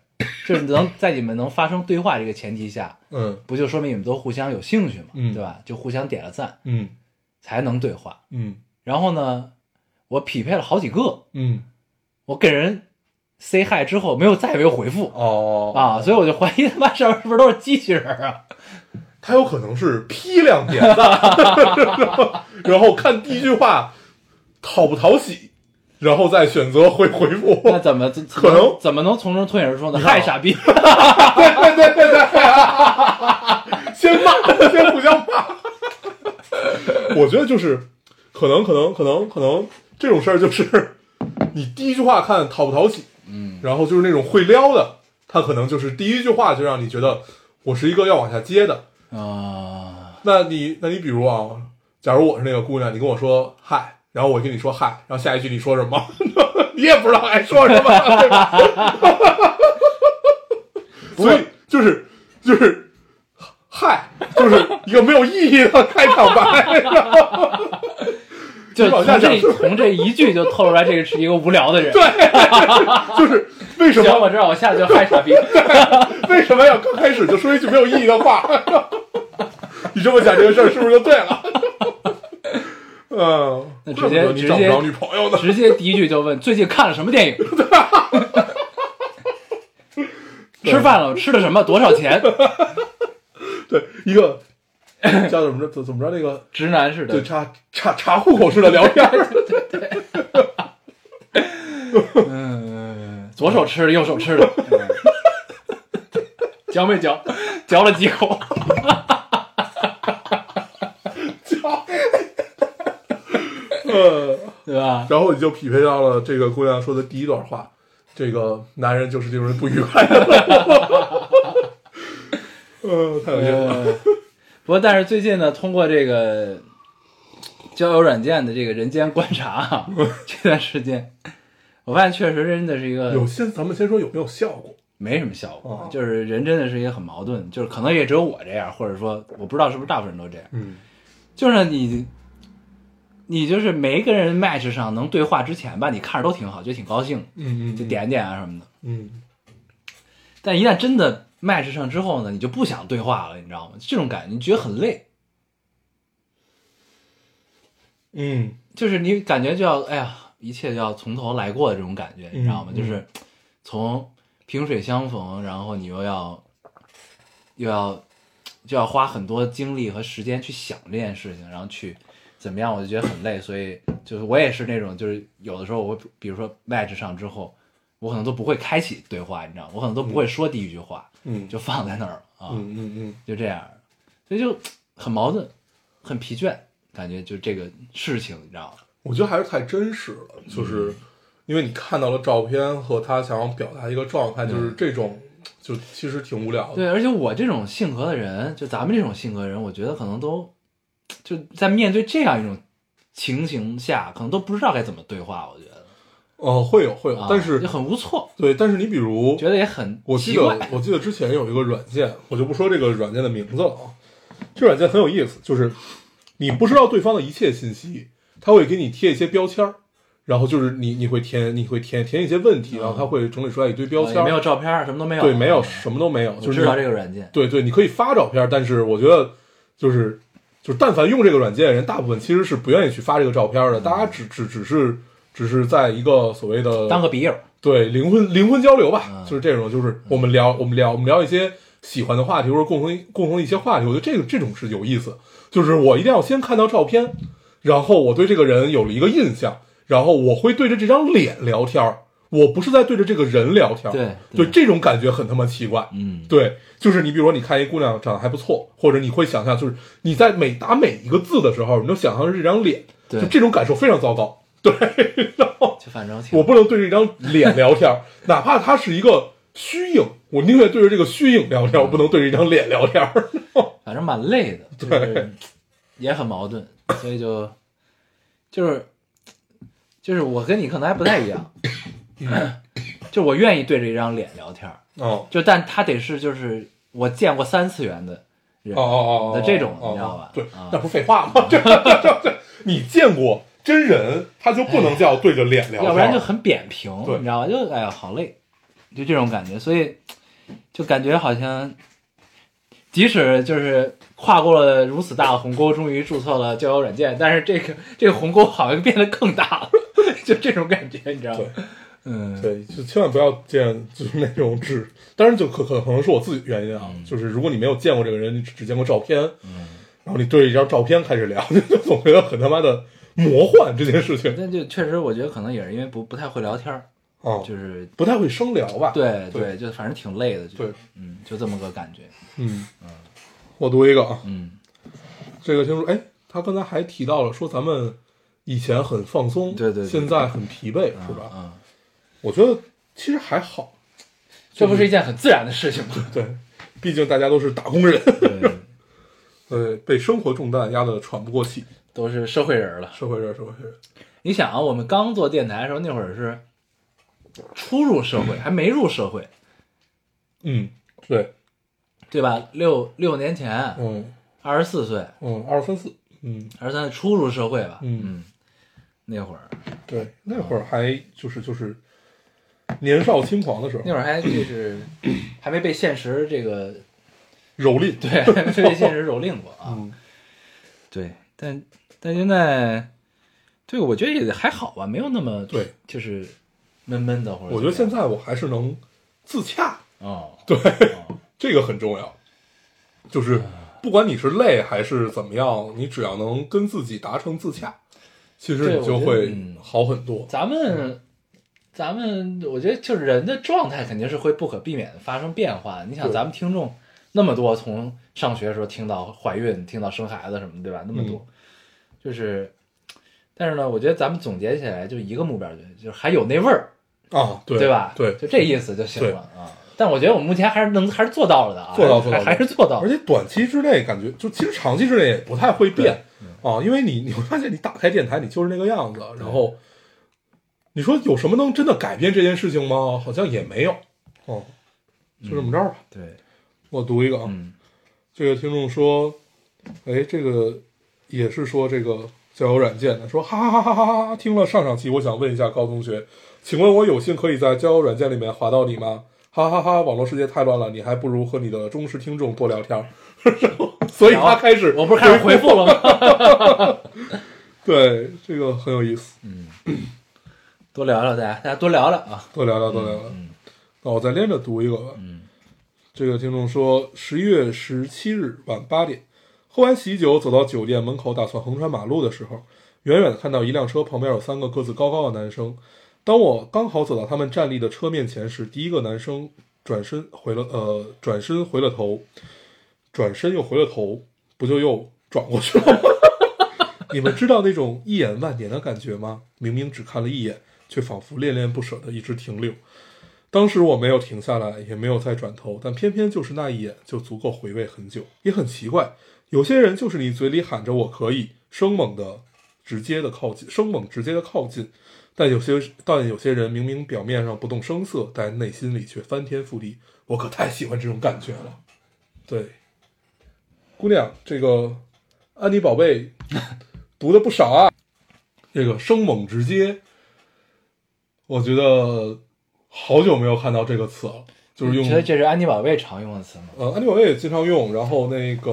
B: 就是能在你们能发生对话这个前提下，
A: 嗯
B: 不就说明你们都互相有兴趣嘛，
A: 嗯
B: 对吧？就互相点了赞
A: 嗯
B: 才能对话。
A: 嗯
B: 然后呢，我匹配了好几个，
A: 嗯，
B: 我给人 say hi 之后没有再没有回复
A: 哦，
B: 啊，所以我就怀疑他妈上面是不是都是机器人儿啊？
A: 他有可能是批量点
B: <laughs>
A: 赞，然后看第一句话讨不讨喜，然后再选择回回复。
B: 那怎么怎
A: 可能
B: 怎么能从中推演出呢？
A: 看啊
B: 嗨，傻 <laughs> 逼！
A: 对对对对对， <laughs> 先骂，先互相骂。我觉得就是，可能可能可能可能这种事儿就是，你第一句话看讨不讨喜，嗯，然后就是那种会撩的，他可能就是第一句话就让你觉得我是一个要往下接的。
B: 啊，
A: 那你那你比如啊，假如我是那个姑娘，你跟我说嗨，然后我跟你说嗨，然后下一句你说什么？ <laughs> 你也不知道该说什么，对吧？ <laughs> 所以就是就是嗨，就是一个没有意义的开场白。 <laughs>
B: 就从
A: 往下讲
B: 这从这一句就透出来这个是一个无聊的人。对，
A: 就是为什
B: 行，
A: 么
B: 我知道，我下次就嗨傻逼。
A: 为什么要刚开始就说一句没有意义的话？ <laughs> 你这么想这个事儿是不是就对
B: <laughs>
A: 了？嗯，
B: 那直
A: 怪不
B: 接
A: 得你
B: 直
A: 找不
B: 接
A: 着女朋友呢。
B: 直接第一句就问最近看了什么电影？ <laughs> 吃饭了，吃的什么？多少钱？
A: <laughs> 对，一个叫怎么着怎怎么着那个，
B: 直男似
A: 对
B: 的，
A: 查查查户口式的聊天儿，
B: 嗯，左手吃的，右手吃的， <laughs> 嚼没嚼？嚼了几口。
A: 嗯，
B: 对吧？
A: 然后你就匹配到了这个姑娘说的第一段话，这个男人就是令人不愉快的， <laughs> 嗯，太有意思了，
B: 呃， <laughs> 不过但是最近呢，通过这个交友软件的这个人间观察
A: <laughs>
B: 啊，这段时间，我发现确实真的是一个
A: 有先咱们先说有没有效果，
B: 没什么效果
A: 哦，
B: 就是人真的是一个很矛盾，就是可能也只有我这样，或者说我不知道是不是大部分人都这样，
A: 嗯，
B: 就是你，你就是每一个人 match 上能对话之前吧，你看着都挺好，就挺高兴，
A: 嗯嗯，
B: 就点点啊什么的。
A: 嗯，
B: 但一旦真的 match 上之后呢，你就不想对话了，你知道吗？这种感觉你觉得很累，
A: 嗯
B: 就是你感觉就要哎呀，一切就要从头来过的这种感觉，你知道吗？
A: 嗯
B: 就是从萍水相逢，然后你又要又要就要花很多精力和时间去想这件事情，然后去怎么样，我就觉得很累。所以就是我也是那种，就是有的时候我会比如说 match 上之后，我可能都不会开启对话，你知道吗？我可能都不会说第一句话，
A: 嗯，
B: 就放在那儿了啊。
A: 嗯嗯嗯
B: 就这样，所以就很矛盾，很疲倦，感觉就这个事情，你知道吗？
A: 我觉得还是太真实了，就是因为你看到了照片和他想要表达一个状态，就是这种，就其实挺无聊的。
B: 对，而且我这种性格的人，就咱们这种性格的人，我觉得可能都就在面对这样一种情形下，可能都不知道该怎么对话。我觉得，
A: 呃，会有会有
B: 啊，、
A: 但是
B: 就很无措，
A: 对，但是你比如，
B: 觉得也很
A: 我记
B: 奇
A: 得
B: 怪。
A: 我记得之前有一个软件，我就不说这个软件的名字了啊。这软件很有意思，就是你不知道对方的一切信息，它会给你贴一些标签儿，然后就是你你会填你会填填一些问题，然后它会整理出来一堆标
B: 嗯啊
A: 签
B: 也
A: 儿，
B: 没有照片儿，什么都没有。
A: 对，没有
B: 嗯
A: 什么都没有，
B: 我
A: 就是
B: 知道
A: 你
B: 这个软件，
A: 对对，你可以发照片，但是我觉得就是就是，但凡用这个软件的人，大部分其实是不愿意去发这个照片的，
B: 嗯
A: 大家只只只是只是在一个所谓的
B: 当个笔友。
A: 对灵魂灵魂交流吧，
B: 嗯
A: 就是这种，就是我们聊我们聊我们聊一些喜欢的话题，或者共同共同一些话题，我觉得这个这种是有意思。就是我一定要先看到照片，然后我对这个人有了一个印象，然后我会对着这张脸聊天儿，我不是在对着这个人聊天儿。
B: 对
A: 对，
B: 对
A: 这种感觉很他妈奇怪。
B: 嗯，
A: 对，就是你比如说，你看一姑娘长得还不错，或者你会想象，就是你在每打每一个字的时候，你都想象是这张脸，
B: 对
A: 就这种感受非常糟糕。对，然后
B: 就反正挺
A: <laughs> 我不能对着一张脸聊天
B: <laughs>
A: 儿，哪怕它是一个虚影，我宁愿对着这个虚影聊天儿，我不能对着一张脸聊天儿。
B: 反正蛮累的，就是也很矛盾，所以就就是就是我跟你可能还不太一样，
A: 嗯
B: 就我愿意对着一张脸聊天儿，
A: <laughs> 哦
B: 就但他得是就是我见过三次元的人
A: 哦哦哦，
B: 的这种，
A: 哦
B: 你知道吧？
A: 对
B: 啊，
A: 那不是废话吗？这 <laughs> 这这，你见过真人，他就不能叫对着脸聊天儿，
B: 要不然就很扁平，
A: 对
B: 你知道吧？就哎呀，好累，就这种感觉，所以就感觉好像，即使就是跨过了如此大的鸿沟，终于注册了交友软件，但是这个 <laughs> 这个鸿沟好像变得更大了， <laughs> 就这种感觉，你知道吗？嗯，
A: 对，就千万不要见就是那种只，当然就可可可能是我自己原因啊，
B: 嗯
A: 就是如果你没有见过这个人，你只只见过照片，然后你对着一张照片开始聊， <laughs> 就总觉得很他妈的魔幻这件事情
B: 那就确实，我觉得可能也是因为不不太会聊天儿，
A: 啊，
B: 就是
A: 不太会生聊吧？
B: 对
A: 对
B: 就反正挺累的，就
A: 对，
B: 嗯，就这么个感觉，
A: 嗯，我读一个啊，
B: 嗯，
A: 这个听说，哎，他刚才还提到了说咱们以前很放松，
B: 对对对
A: 现在很疲惫，是吧？
B: 嗯，
A: 我觉得其实还好，
B: 这不是一件很自然的事情吗？
A: 对，毕竟大家都是打工人，
B: 对，
A: 呃，被生活重担压得喘不过气，
B: <laughs> 都是社会人儿了。
A: 社会人，社会人。
B: 你想啊，我们刚做电台的时候，那会儿是初入社会，还没入社会，
A: 嗯，对，
B: 对吧？六六年前，
A: 嗯
B: 二十四岁，
A: 嗯，二三四，嗯，
B: 二十三岁初入社会吧，
A: 嗯
B: 嗯，那会儿
A: 对，那会儿还就是就是年少轻狂的时候
B: 那，会儿还就是 <coughs> 还没被现实这个
A: 蹂躏，
B: 对，还没被现实蹂躏过啊，
A: 嗯，
B: 对，但但现在，对我觉得也还好吧，没有那么
A: 对，
B: 就是闷闷的或者
A: 我觉得
B: 怎么
A: 现
B: 样
A: 在我还是能自洽，
B: 哦，
A: 对，
B: 哦
A: 这个很重要，就是不管你是累还是怎么样，你只要能跟自己达成自洽，其实
B: 对
A: 你就
B: 我觉得
A: 会
B: 嗯
A: 好很多。
B: 咱们，咱们，我觉得就是人的状态肯定是会不可避免的发生变化。你想，
A: 对
B: 咱们听众那么多，从上学的时候听到怀孕，听到生孩子什么，对吧？那么多，就是，但是呢，我觉得咱们总结起来就一个目标，就就是还有那味儿，
A: 啊，对，
B: 对吧？
A: 对，
B: 就这意思就行了啊。但我觉得我们目前还是能，还是做到了的啊，
A: 做到做
B: 还
A: 到
B: 还是做到
A: 而
B: 了。
A: 且短期之内感觉就其实长期之内也不太会变
B: 嗯
A: 啊，因为你你会发现你打开电台你就是那个样子，然后你说有什么能真的改变这件事情吗？好像也没有。哦，就这么着吧。
B: 对，
A: 我读一个啊，
B: 嗯
A: 这个听众说，哎，这个也是说这个交友软件的，说哈哈哈哈哈哈！听了上上期，我想问一下高同学，请问我有幸可以在交友软件里面滑到你吗？哈哈哈哈！网络世界太乱了，你还不如和你的忠实听众多聊天儿。 <laughs> 所以他开始，
B: 啊嗯我不是开始回复了吗？
A: 对这个很有意思，
B: <laughs> 多聊聊大家，大家多聊聊啊。
A: 多聊聊，多聊聊。那我再连着读一个吧。
B: 嗯，
A: 这个听众说，十月十七日晚八点，喝完喜酒走到酒店门口，打算横穿马路的时候，远远的看到一辆车旁边有三个个子高高的男生。当我刚好走到他们站立的车面前时，第一个男生转身回了，呃，转身回了头，转身又回了头，不就又转过去了吗？你们知道那种一眼万年的感觉吗？明明只看了一眼，却仿佛恋恋不舍的一直停留。当时我没有停下来，也没有再转头，但偏偏就是那一眼就足够回味很久。也很奇怪，有些人就是你嘴里喊着“我可以”，生猛的、直接的靠近，生猛直接的靠近；但有些但有些人明明表面上不动声色，但内心里却翻天覆地。我可太喜欢这种感觉了。对，姑娘，这个安妮宝贝读的不少啊。这个生猛直接，我觉得好久没有看到这个词了，就是用
B: 你觉得这是安妮宝贝常用的词吗？
A: 呃，安妮宝贝也经常用，然后那个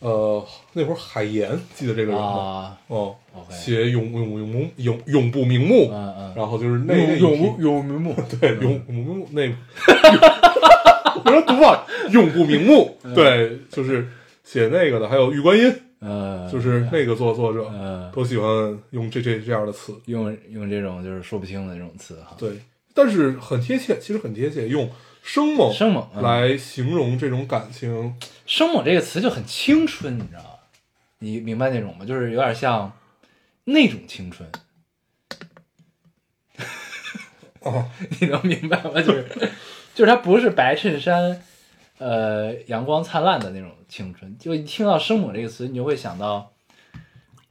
A: 呃，那会儿海岩记得这个人吗？
B: 啊，
A: 哦、
B: OK
A: 写永永永永永永不瞑目，
B: 嗯嗯
A: 然后就是那那一批
B: 永明目，
A: <laughs> 对永永不瞑目那， <laughs> 我说读吧，永不瞑目，对，就是写那个的，还有玉观音，
B: 嗯，
A: 就是那个作作者，
B: 嗯，
A: 都喜欢用这这这样的词，
B: 用用这种就是说不清的这种词哈，
A: 对，但是很贴切，其实很贴切，用生猛
B: 生猛嗯
A: 来形容这种感情，
B: 生猛这个词就很青春，你知道吗？你明白那种吗？就是有点像那种青春。
A: 哦，
B: <laughs> 你能明白吗？就是就是它不是白衬衫，呃，阳光灿烂的那种青春。就一听到“生猛”这个词，你就会想到，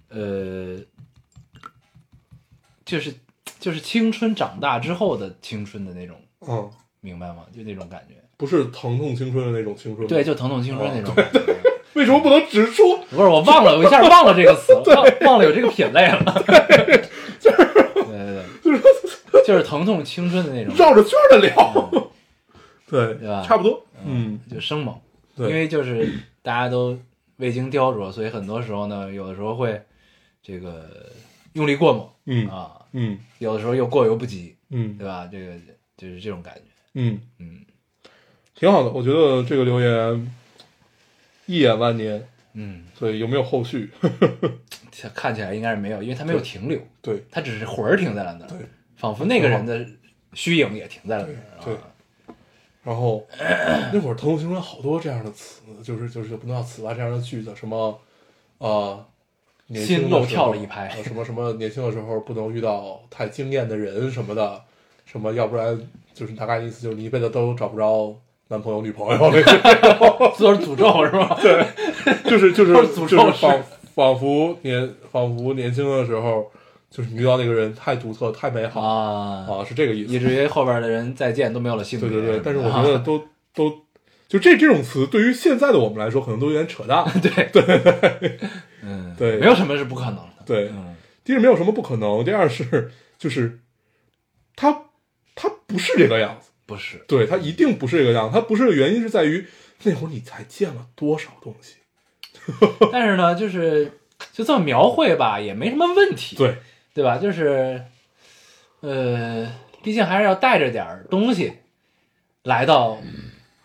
B: 呃，就是就是青春长大之后的青春的那种，
A: 嗯。
B: 明白吗？就那种感觉。
A: 不是疼痛青春的那种青春。
B: 对，，就疼痛青春那种感觉。
A: 为什么不能直出？
B: 不是我忘了，我一下忘了这个
A: <laughs>
B: 词，忘忘了有这个品类了。对对对，就是疼痛青春的那种，
A: 绕着圈的聊？对，
B: <laughs> 对吧
A: 差不多。嗯，
B: 就生猛。
A: 对，
B: 因为就是大家都未经雕琢，所以很多时候呢，有的时候会这个用力过猛
A: 嗯
B: 啊，
A: 嗯
B: 有的时候又过犹不及，
A: 嗯
B: 对吧？这个就是这种感觉。
A: 嗯
B: 嗯，
A: 挺好的。我觉得这个留言一眼万年。
B: 嗯，
A: 对，有没有后续？ <laughs>
B: 他看起来应该是没有，因为他没有停留，
A: 对，
B: 他只是魂儿停在了那
A: 对嗯
B: 儿，仿佛那个人的虚影也停在了那儿
A: 对对
B: 啊。
A: 然后那会儿疼痛青春好多这样的词，就是就是就不能叫词吧，这样的句子，什么啊。年轻的
B: 心漏
A: 时候
B: 跳了一拍
A: 呃什么什么年轻的时候不能遇到太惊艳的人什么的，什么要不然就是大概意思就是你一辈子都找不着男朋友女朋友那种 <laughs>
B: 都是诅咒是吧？ <laughs> 对，
A: 就是就是
B: 都是诅咒
A: 就是
B: 式
A: 仿仿佛年仿佛年轻的时候，就是你遇到那个人太独特、太美好
B: 啊，
A: 啊，是这个意
B: 以
A: 思。
B: 至于后边的人再见都没有了性别
A: 对
B: 什
A: 对
B: 么的啊。，
A: 对但是我觉得都、都就这这种词，对于现在的我们来说，可能都有点扯淡。
B: 对对，嗯，
A: 对
B: 没有什么是不可能的。
A: 对，
B: 嗯，
A: 第一是没有什么不可能，第二是就是他他不是这个样子，
B: 不
A: <laughs>
B: 是，
A: 对他一定不是这个样子，他不是的原因是在于那会儿你才见了多少东西。
B: 但是呢，就是就这么描绘吧，也没什么问题，
A: 对
B: 对吧？就是，呃，毕竟还是要带着点儿东西来到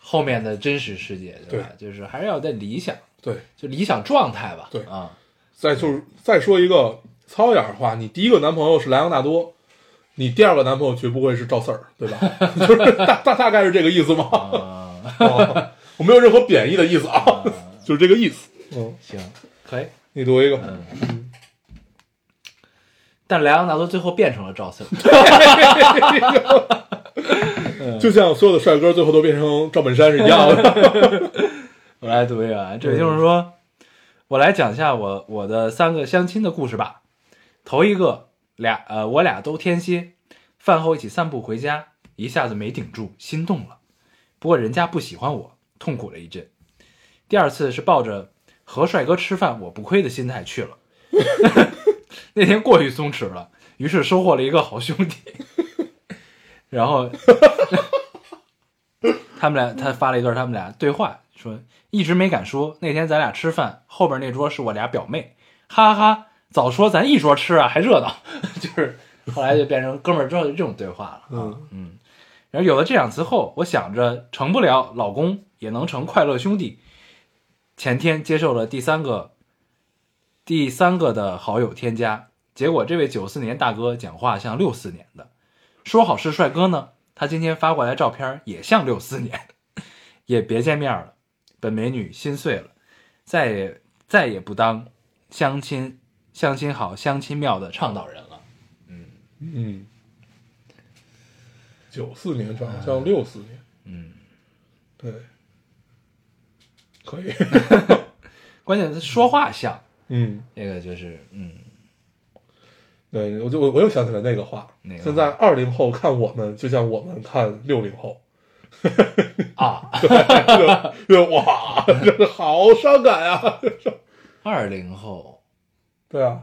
B: 后面的真实世界，对吧？就是还是要在理想，
A: 对，
B: 就理想状态吧。
A: 对
B: 啊，
A: 再就是再说一个糙一点的话，你第一个男朋友是莱昂纳多，你第二个男朋友绝不会是赵四儿，对吧？ <laughs> 就是大大大概是这个意思吗？
B: 啊，
A: 哦我没有任何贬义的意思啊，就是这个意思。嗯，
B: 行，可以。
A: 你读一个，
B: 但莱昂纳多最后变成了
A: <laughs>
B: 赵四儿，
A: 就像所有的帅哥最后都变成赵本山是一样的。
B: <laughs> 我来读一个啊，这也就是说，我来讲一下我我的三个相亲的故事吧。头一个俩呃，我俩都天蝎，饭后一起散步回家，一下子没顶住，心动了，不过人家不喜欢我，痛苦了一阵。第二次是抱着和帅哥吃饭我不亏的心态去了， <laughs> 那天过于松弛了，于是收获了一个好兄弟。 <laughs> 然后他们俩，他发了一段他们俩对话，说一直没敢说。那天咱俩吃饭，后边那桌是我俩表妹，哈哈哈！早说咱一桌吃啊，还热闹。 <laughs> 就是后来就变成哥们儿之后就这种对话了。
A: 嗯，
B: 然后有了这两次后，我想着成不了老公也能成快乐兄弟。前天接受了第三个第三个的好友添加，结果这位九四年大哥讲话像六四年的，说好是帅哥呢，他今天发过来照片也像六四年， <laughs> 也别见面了，本美女心碎了，再也再也不当相亲相亲好相亲妙的倡导人了。
A: 嗯，九四年长得像六四年，
B: 嗯，
A: 对，可以，
B: 关键他说话像，
A: 嗯，
B: 这个就是嗯。
A: 对，我就我我又想起来那个话
B: 哪个，话
A: 现在二零后看我们，就像我们看六零后， <laughs>
B: 啊，
A: 对对哇，真是好伤感啊！ <laughs>
B: 二零后
A: 对啊，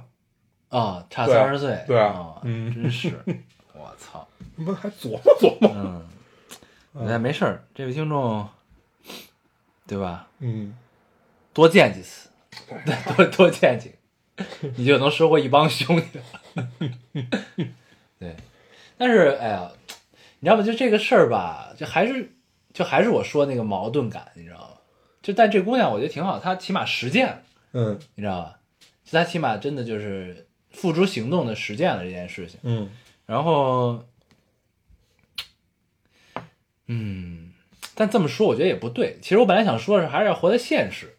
B: 啊，差
A: 对啊
B: 三十岁，
A: 对啊
B: 啊，
A: 嗯
B: 真是， <laughs> 我操，
A: 你们还琢磨琢磨，
B: 嗯，那没事儿，这位听众，对吧？
A: 嗯，
B: 多见几次， <laughs> 对，多多见几，你就能收获一帮兄弟了。对，但是哎呀，你知道吗？就这个事儿吧，就还是就还是我说那个矛盾感，你知道吗？就但这姑娘我觉得挺好，她起码实践了。
A: 嗯
B: 你知道吧？就他起码真的就是付诸行动的实践了这件事情。
A: 嗯，
B: 然后，嗯，但这么说我觉得也不对。其实我本来想说的是，还是要活在现实。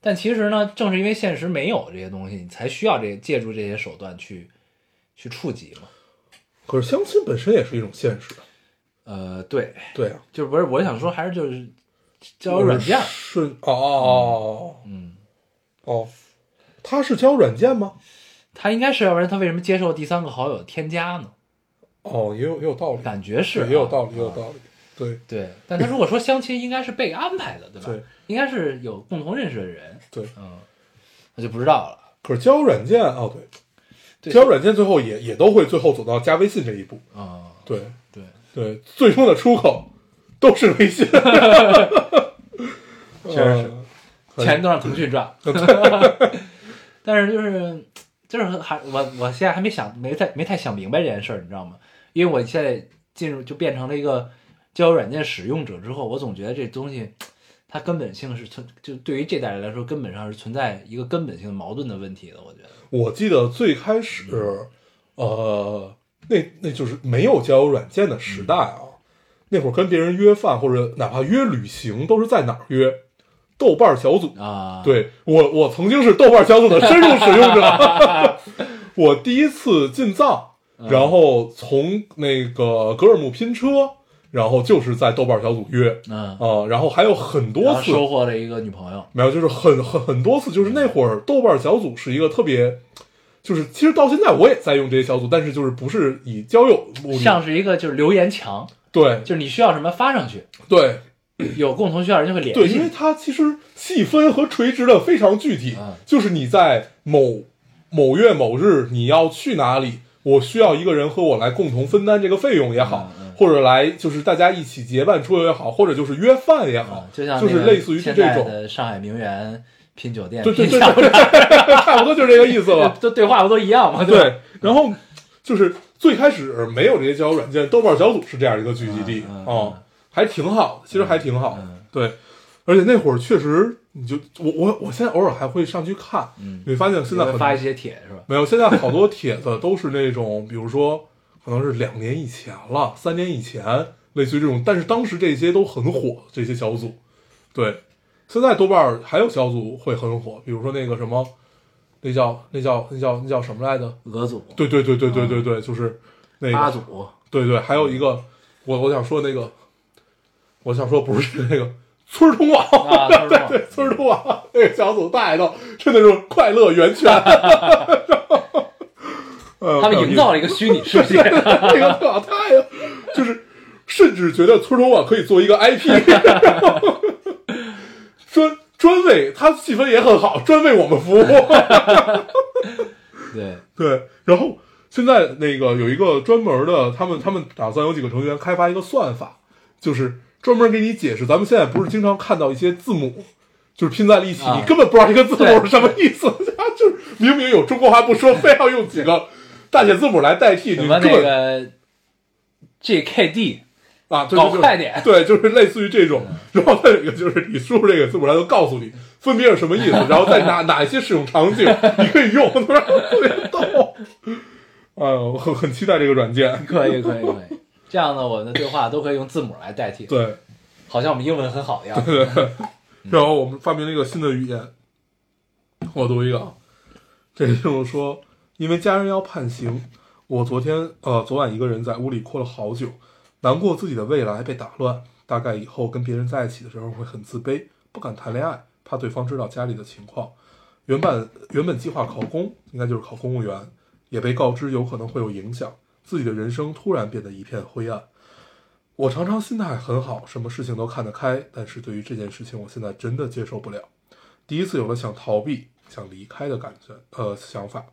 B: 但其实呢，正是因为现实没有这些东西，你才需要这借助这些手段去去触及嘛。
A: 可是相亲本身也是一种现实，
B: 呃，对，
A: 对啊，
B: 就不是我想说，还是就是交友软件
A: 我
B: 儿
A: 是，顺哦
B: 嗯，
A: 哦，他是交友软件吗？
B: 他应该是，要不然他为什么接受第三个好友添加呢？
A: 哦，也有也有道理，
B: 感觉是
A: 也有道
B: 啊
A: 理，也有道理，对
B: 对，但他如果说相亲，应该是被安排的，对吧？
A: 对
B: 应该是有共同认识的人，
A: 对。
B: 嗯，我就不知道了。
A: 可是交友软件哦，
B: 对
A: 对，交友软件最后也也都会最后走到加微信这一步，
B: 嗯，
A: 对
B: 对，
A: 对，最终的出口都是微
B: <laughs>
A: 信，
B: 确实
A: <laughs>
B: 是
A: 嗯可以
B: 钱都让腾讯赚，
A: 嗯
B: <laughs> 但是就是就是还我我现在还没想没太没太想明白这件事儿，你知道吗？因为我现在进入就变成了一个交友软件使用者之后，我总觉得这东西它根本性是存就对于这代人来说，根本上是存在一个根本性的矛盾的问题的，我觉得。
A: 我记得最开始，
B: 嗯
A: 呃，那那就是没有交友软件的时代啊，
B: 嗯
A: 那会儿跟别人约饭或者哪怕约旅行，都是在哪儿约？豆瓣小组。
B: 啊，，
A: 对我，我曾经是豆瓣小组的深入使用者。 <laughs> 我第一次进藏，
B: 嗯
A: 然后从那个格尔木拼车，然后就是在豆瓣小组约
B: 嗯，
A: 啊、然后还有很
B: 然
A: 多
B: 后
A: 次
B: 收获了一个女朋友，
A: 没有，就是很很很多次，就是那会儿豆瓣小组是一个特别，就是其实到现在我也在用这些小组，但是就是不是以交友目
B: 像
A: 的，
B: 是一个就是留言墙，
A: 对
B: 就是你需要什么发 <clears throat> 上去，
A: 对
B: 有共同需要人就会联
A: 对，因为
B: 系。
A: 它其实细分和垂直的非常具体
B: 嗯，
A: 就是你在某某月某日你要去哪里，我需要一个人和我来共同分担这个费用也好
B: 嗯嗯，
A: 或者来就是大家一起结伴出游也好，或者就是约饭也好
B: 嗯，就像
A: 就
B: 那
A: 是
B: 个
A: 类似于是
B: 现
A: 这
B: 在
A: 种，
B: 的上海名媛拼酒店，<laughs>
A: 对对
B: 拼
A: 对
B: 小
A: 对， <laughs> 差不多就是这个意思吧。
B: 这对话不都一样吗？吧嗯
A: 对，然后就是最开始没有这些交友软件，豆瓣小组是这样一个聚集地
B: 嗯嗯
A: 啊，还挺好的，其实还挺好的
B: 嗯。
A: 对，而且那会儿确实，你就我我我现在偶尔还会上去看，
B: 嗯
A: 你会发现现
B: 你
A: 在
B: 会
A: 很
B: 发一些帖是吧？
A: 没有，现在好多帖子都是那种，比如说可能是两年以前了，三年以前，类似于这种，但是当时这些都很火，这些小组，对，现在豆瓣儿还有小组会很火，比如说那个什么，那叫那叫那叫那叫什么来着？
B: 俄组、
A: 对对对对对对对，就是那
B: 阿
A: 个，
B: 组，
A: 对对，还有一个，我我想说那个，我想说不是那个村儿通网，
B: 啊村儿通网
A: 对对，村儿通网那个小组太逗，真的是快乐源泉。呃 <laughs>
B: 他们营造了一个虚拟世界，
A: 哎这个特好太阳，就是甚至觉得村头网可以做一个 <laughs> IP，专专为他气氛也很好，专为我们服务。
B: 对，
A: 对，然后现在那个有一个专门的，他们他们打算有几个成员开发一个算法，就是专门给你解释。咱们现在不是经常看到一些字母，就是拼在了一起，
B: 啊
A: 你根本不知道这个字母
B: 对
A: 是什么意思， <laughs> 他就是明明有中国话不说，非要用几个 <laughs> 大写字母来代替，
B: 什
A: 你
B: 么
A: 根
B: 那
A: 本、
B: 个 JKD
A: 啊，对
B: 搞
A: 对
B: 快点嗯
A: 对，就是类似于这种。然后再有一个就是你输入这个字母，它就告诉你分别是什么意思，然后在
B: <laughs>
A: 哪哪一些使用场景你可以用， <laughs> 特别逗。哎呦，我很很期待这个软件。
B: 可以可以可以，这样呢，我们的对话都可以用字母来代替，
A: 对，
B: 好像我们英文很好的样子。
A: 然后我们发明了一个新的语言，我读一个啊，这个就是说，因为家人要判刑，我昨天呃昨晚一个人在屋里哭了好久，难过自己的未来被打乱，大概以后跟别人在一起的时候会很自卑，不敢谈恋爱，怕对方知道家里的情况。原本原本计划考公，应该就是考公务员，也被告知有可能会有影响，自己的人生突然变得一片灰暗。我常常心态很好，什么事情都看得开，但是对于这件事情，我现在真的接受不了。第一次有了想逃避、想离开的感觉，呃，想法。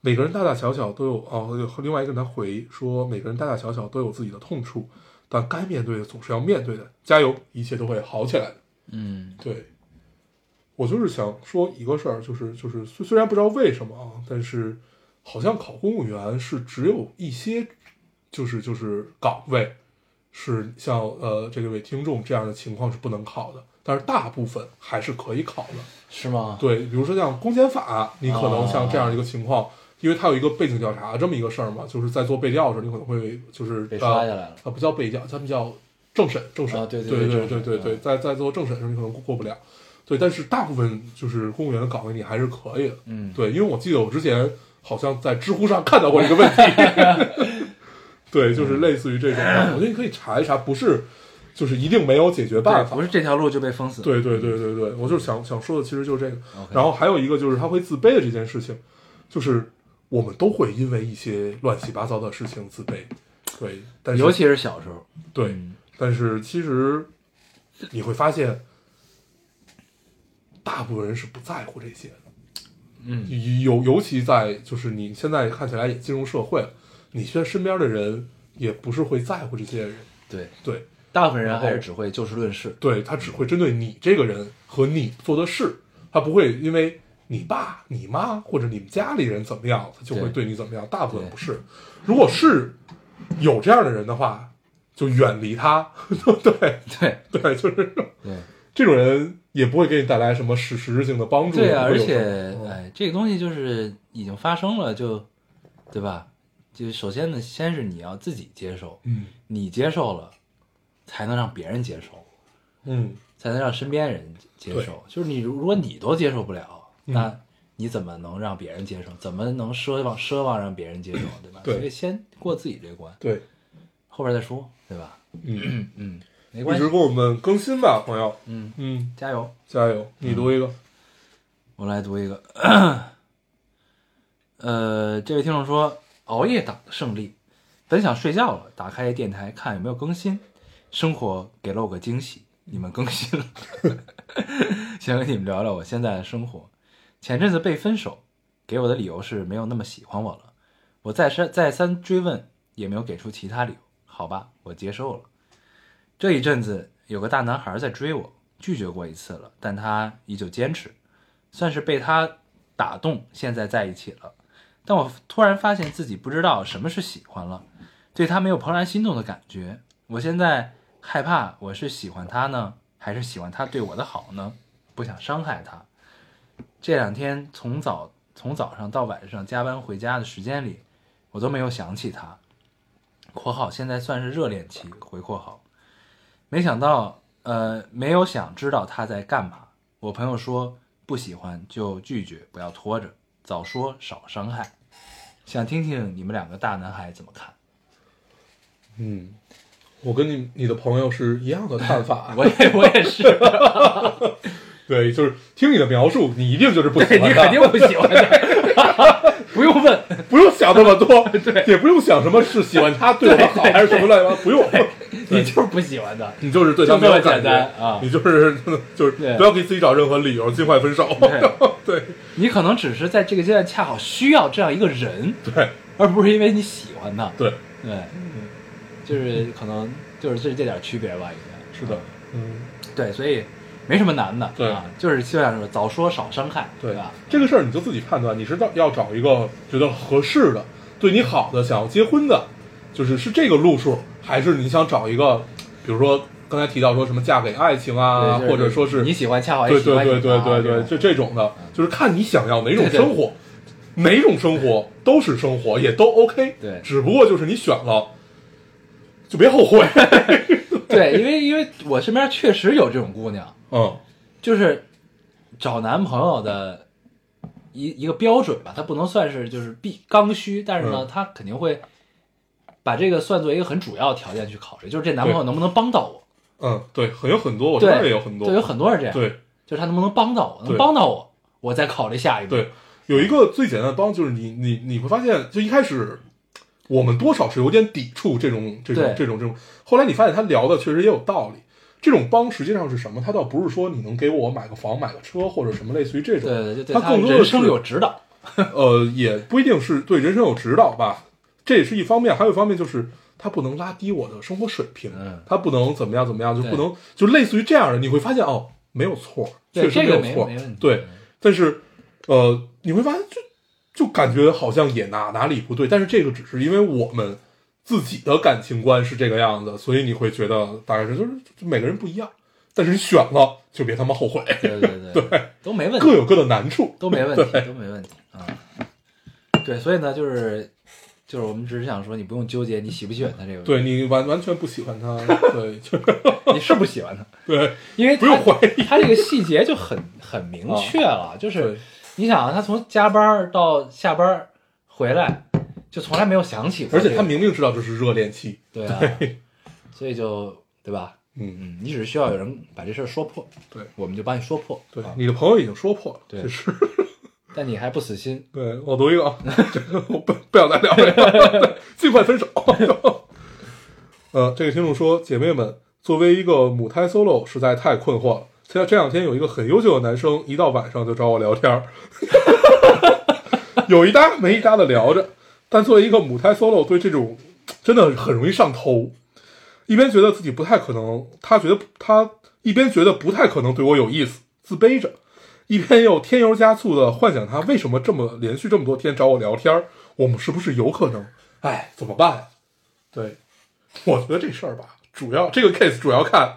A: 每个人大大小小都有哦，有另外一个人他回说，每个人大大小小都有自己的痛处，但该面对的总是要面对的，加油，一切都会好起来的。
B: 嗯，
A: 对，我就是想说一个事儿，就是就是虽虽然不知道为什么啊，但是好像考公务员是只有一些，就是就是岗位是像呃这个位听众这样的情况是不能考的，但是大部分还是可以考的。
B: 是吗？
A: 对，比如说像公检法，你可能像这样一个情
B: 哦
A: 况。因为它有一个背景调查这么一个事儿嘛，就是在做背调的时候，你可能会就是
B: 被刷下来了
A: 呃，它不叫背调，他们叫政审，政审。
B: 啊对对
A: 对
B: 对
A: 对
B: 政审
A: 对对，
B: 嗯
A: 在在做政审的时候，你可能过不了。对，但是大部分就是公务员的岗位你还是可以的。
B: 嗯，
A: 对，因为我记得我之前好像在知乎上看到过这个问题。
B: <laughs>
A: 对，就是
B: 嗯
A: 类似于这种，我觉得你可以查一查，不是，就是一定没有解决办
B: 对，
A: 法
B: 不。是这条路就被封死。
A: 对对对对对，我就是想想说的，其实就是这个。
B: OK，
A: 然后还有一个就是他会自卑的这件事情，就是我们都会因为一些乱七八糟的事情自卑。对，但是
B: 尤其是小时候，
A: 对，
B: 嗯
A: 但是其实你会发现，大部分人是不在乎这些的。
B: 嗯，
A: 尤尤其在就是你现在看起来也进入社会了，你现在身边的人也不是会在乎这些人。
B: 对，
A: 对，
B: 大部分人还是只会就事论事。
A: 对他只会针对你这个人和你做的事，他不会因为你爸、你妈或者你们家里人怎么样，他就会
B: 对
A: 对你怎么样。大部分
B: 对
A: 不是，如果是有这样的人的话，就远离他。 <laughs> 对
B: 对
A: 对，就是
B: 对
A: 这种人也不会给你带来什么实实质性的帮助。
B: 对啊，
A: 也不
B: 而
A: 会有什么
B: 且哎，这个东西就是已经发生了，就对吧？就首先呢，先是你要自己接受，
A: 嗯
B: 你接受了，才能让别人接受，
A: 嗯，
B: 才能让身边人接受。就是你如如果你都接受不了，
A: 嗯
B: 那你怎么能让别人接受？怎么能奢望奢望让别人接受，对吧？
A: 对
B: 所以先过自己这关，
A: 对，
B: 后边再说，对吧？
A: 嗯，
B: 嗯，没
A: 一
B: 关系
A: 直，给我们更新吧，朋友。
B: 嗯，
A: 嗯，
B: 加油。
A: 加油，你读一个。
B: 我来读一个， <coughs> 呃，这位听众说熬夜党的胜利，本想睡觉了，打开电台看有没有更新，生活给了我个惊喜，你们更新了， <laughs> 想跟你们聊聊我现在的生活。前阵子被分手，给我的理由是没有那么喜欢我了，我再三再三追问，也没有给出其他理由，好吧，我接受了。这一阵子有个大男孩在追我，拒绝过一次了，但他依旧坚持。算是被他打动，现在在一起了。但我突然发现自己不知道什么是喜欢了，对他没有怦然心动的感觉。我现在害怕，我是喜欢他呢，还是喜欢他对我的好呢？不想伤害他。这两天从早从早上到晚上加班回家的时间里，我都没有想起他。（括号现在算是热恋期，回括号）没想到，呃，没有想知道他在干嘛。我朋友说不喜欢就拒绝，不要拖着，早说少伤害。想听听你们两个大男孩怎么看？
A: 嗯，我跟你你的朋友是一样的看 <laughs> 法。
B: 我也我也是，
A: 对，就是听你的描述，你一定就是不喜欢
B: 你
A: 他
B: 肯定不喜欢的， <laughs> 不用问。 <laughs>
A: 不用想那么多，对，也不用想什么是喜欢他对我好还是什么乱七八糟，不用。
B: 你就是不喜欢他，
A: 你就是对他
B: 就
A: 没
B: 这
A: 有
B: 么
A: 感
B: 简
A: 觉
B: 单啊
A: 你！ <laughs> 就是就是
B: 对
A: 不要给自己找任何理由，尽快分手。 <laughs> 对
B: 你可能只是在这个阶段恰好需要这样一个人，
A: 对
B: 而不是因为你喜欢他。
A: 对，
B: 对，嗯就是可能就是这这点区别吧，应该
A: 是的，嗯，
B: 对，所以没什么难的，
A: 对
B: 啊，就是希望什么早说少伤害，对
A: 对
B: 吧？
A: 这个事儿你就自己判断，你是到要找一个觉得合适的、对你好的、想要结婚的，就是是这个路数，还是你想找一个，比如说刚才提到说什么嫁给爱情啊，
B: 对就是
A: 或者说是
B: 你喜欢恰好也
A: 对
B: 喜
A: 对
B: 欢你
A: 对对
B: 啊
A: 对对，
B: 这种
A: 就
B: 嗯
A: 这种的，就是看你想要哪种
B: 对对
A: 生活，哪种生活都是生活，也都 OK。
B: 对
A: 只不过就是你选了，就别后悔。 <laughs>
B: 对，因为因为我身边确实有这种姑娘，
A: 嗯，
B: 就是找男朋友的一一个标准吧，它不能算是就是必刚需，但是呢，
A: 嗯
B: 她肯定会把这个算作一个很主要的条件去考虑，就是这男朋友
A: 对
B: 能不能帮到我。
A: 嗯，对，很有很多，我身边
B: 对，
A: 也有很多，
B: 对，有很多人这样，
A: 对，
B: 就是他能不能帮到我，能
A: 对
B: 帮到我，我再考虑下一步。
A: 对，有一个最简单的帮就是你你你会发现，就一开始我们多少是有点抵触这种这种
B: 对
A: 这种这种，后来你发现他聊的确实也有道理。这种帮实际上是什么？他倒不是说你能给我买个房、买个车或者什么类似于这种，
B: 对对对，对
A: 他
B: 他
A: 更多的
B: 人
A: 是
B: 生有指导，
A: 呃，也不一定是对人生有指导吧，这也是一方面，还有一方面就是他不能拉低我的生活水平，
B: 嗯
A: 他不能怎么样怎么样，就
B: 对
A: 不能就类似于这样的，你会发现哦，没有错，
B: 对
A: 确实
B: 这个
A: 有
B: 没
A: 错，
B: 没问题
A: 对，但是呃，你会发现就就感觉好像也哪哪里不对，但是这个只是因为我们自己的感情观是这个样子，所以你会觉得大概是就是就每个人不一样，但是你选了就别他妈后悔，
B: 对对
A: <laughs>
B: 对对，都没问
A: 各
B: 题，
A: 有各的难处，
B: 都没问题，都没问题啊。对，所以呢，就是就是我们只是想说，你不用纠结你喜不喜欢他这个，，
A: 对你完完全不喜欢他，对， <laughs> 就
B: 你是不喜欢他，
A: 对，
B: 因为
A: 不用
B: 他
A: 怀疑。哦
B: 他这个细节就很很明确了，就是
A: 对
B: 你想啊，他从加班儿到下班儿回来，就从来没有想起过
A: 而
B: 这个，
A: 且他明明知道这是热恋期，
B: 对啊，所以就对吧？
A: 嗯，
B: 嗯，你只需要有人把这事儿说破，
A: 对
B: 我们就帮你说破。
A: 对
B: 啊，
A: 你的朋友已经说破了，
B: 对
A: 这是
B: 但你还不死心，
A: 对我读一个啊， <laughs> 这个我不不想再聊了， <laughs> 对尽快分手。呃，这个听众说，姐妹们，作为一个母胎 solo，实在太困惑了。现在这两天有一个很优秀的男生，一到晚上就找我聊天儿， <laughs> 有一搭没一搭的聊着。但作为一个母胎 solo，对这种真的很容易上头。一边觉得自己不太可能，他觉得他一边觉得不太可能对我有意思，自卑着，一边又添油加醋的幻想他为什么这么连续这么多天找我聊天儿，我们是不是有可能？哎，怎么办呀？对，我觉得这事儿吧，主要这个 case 主要看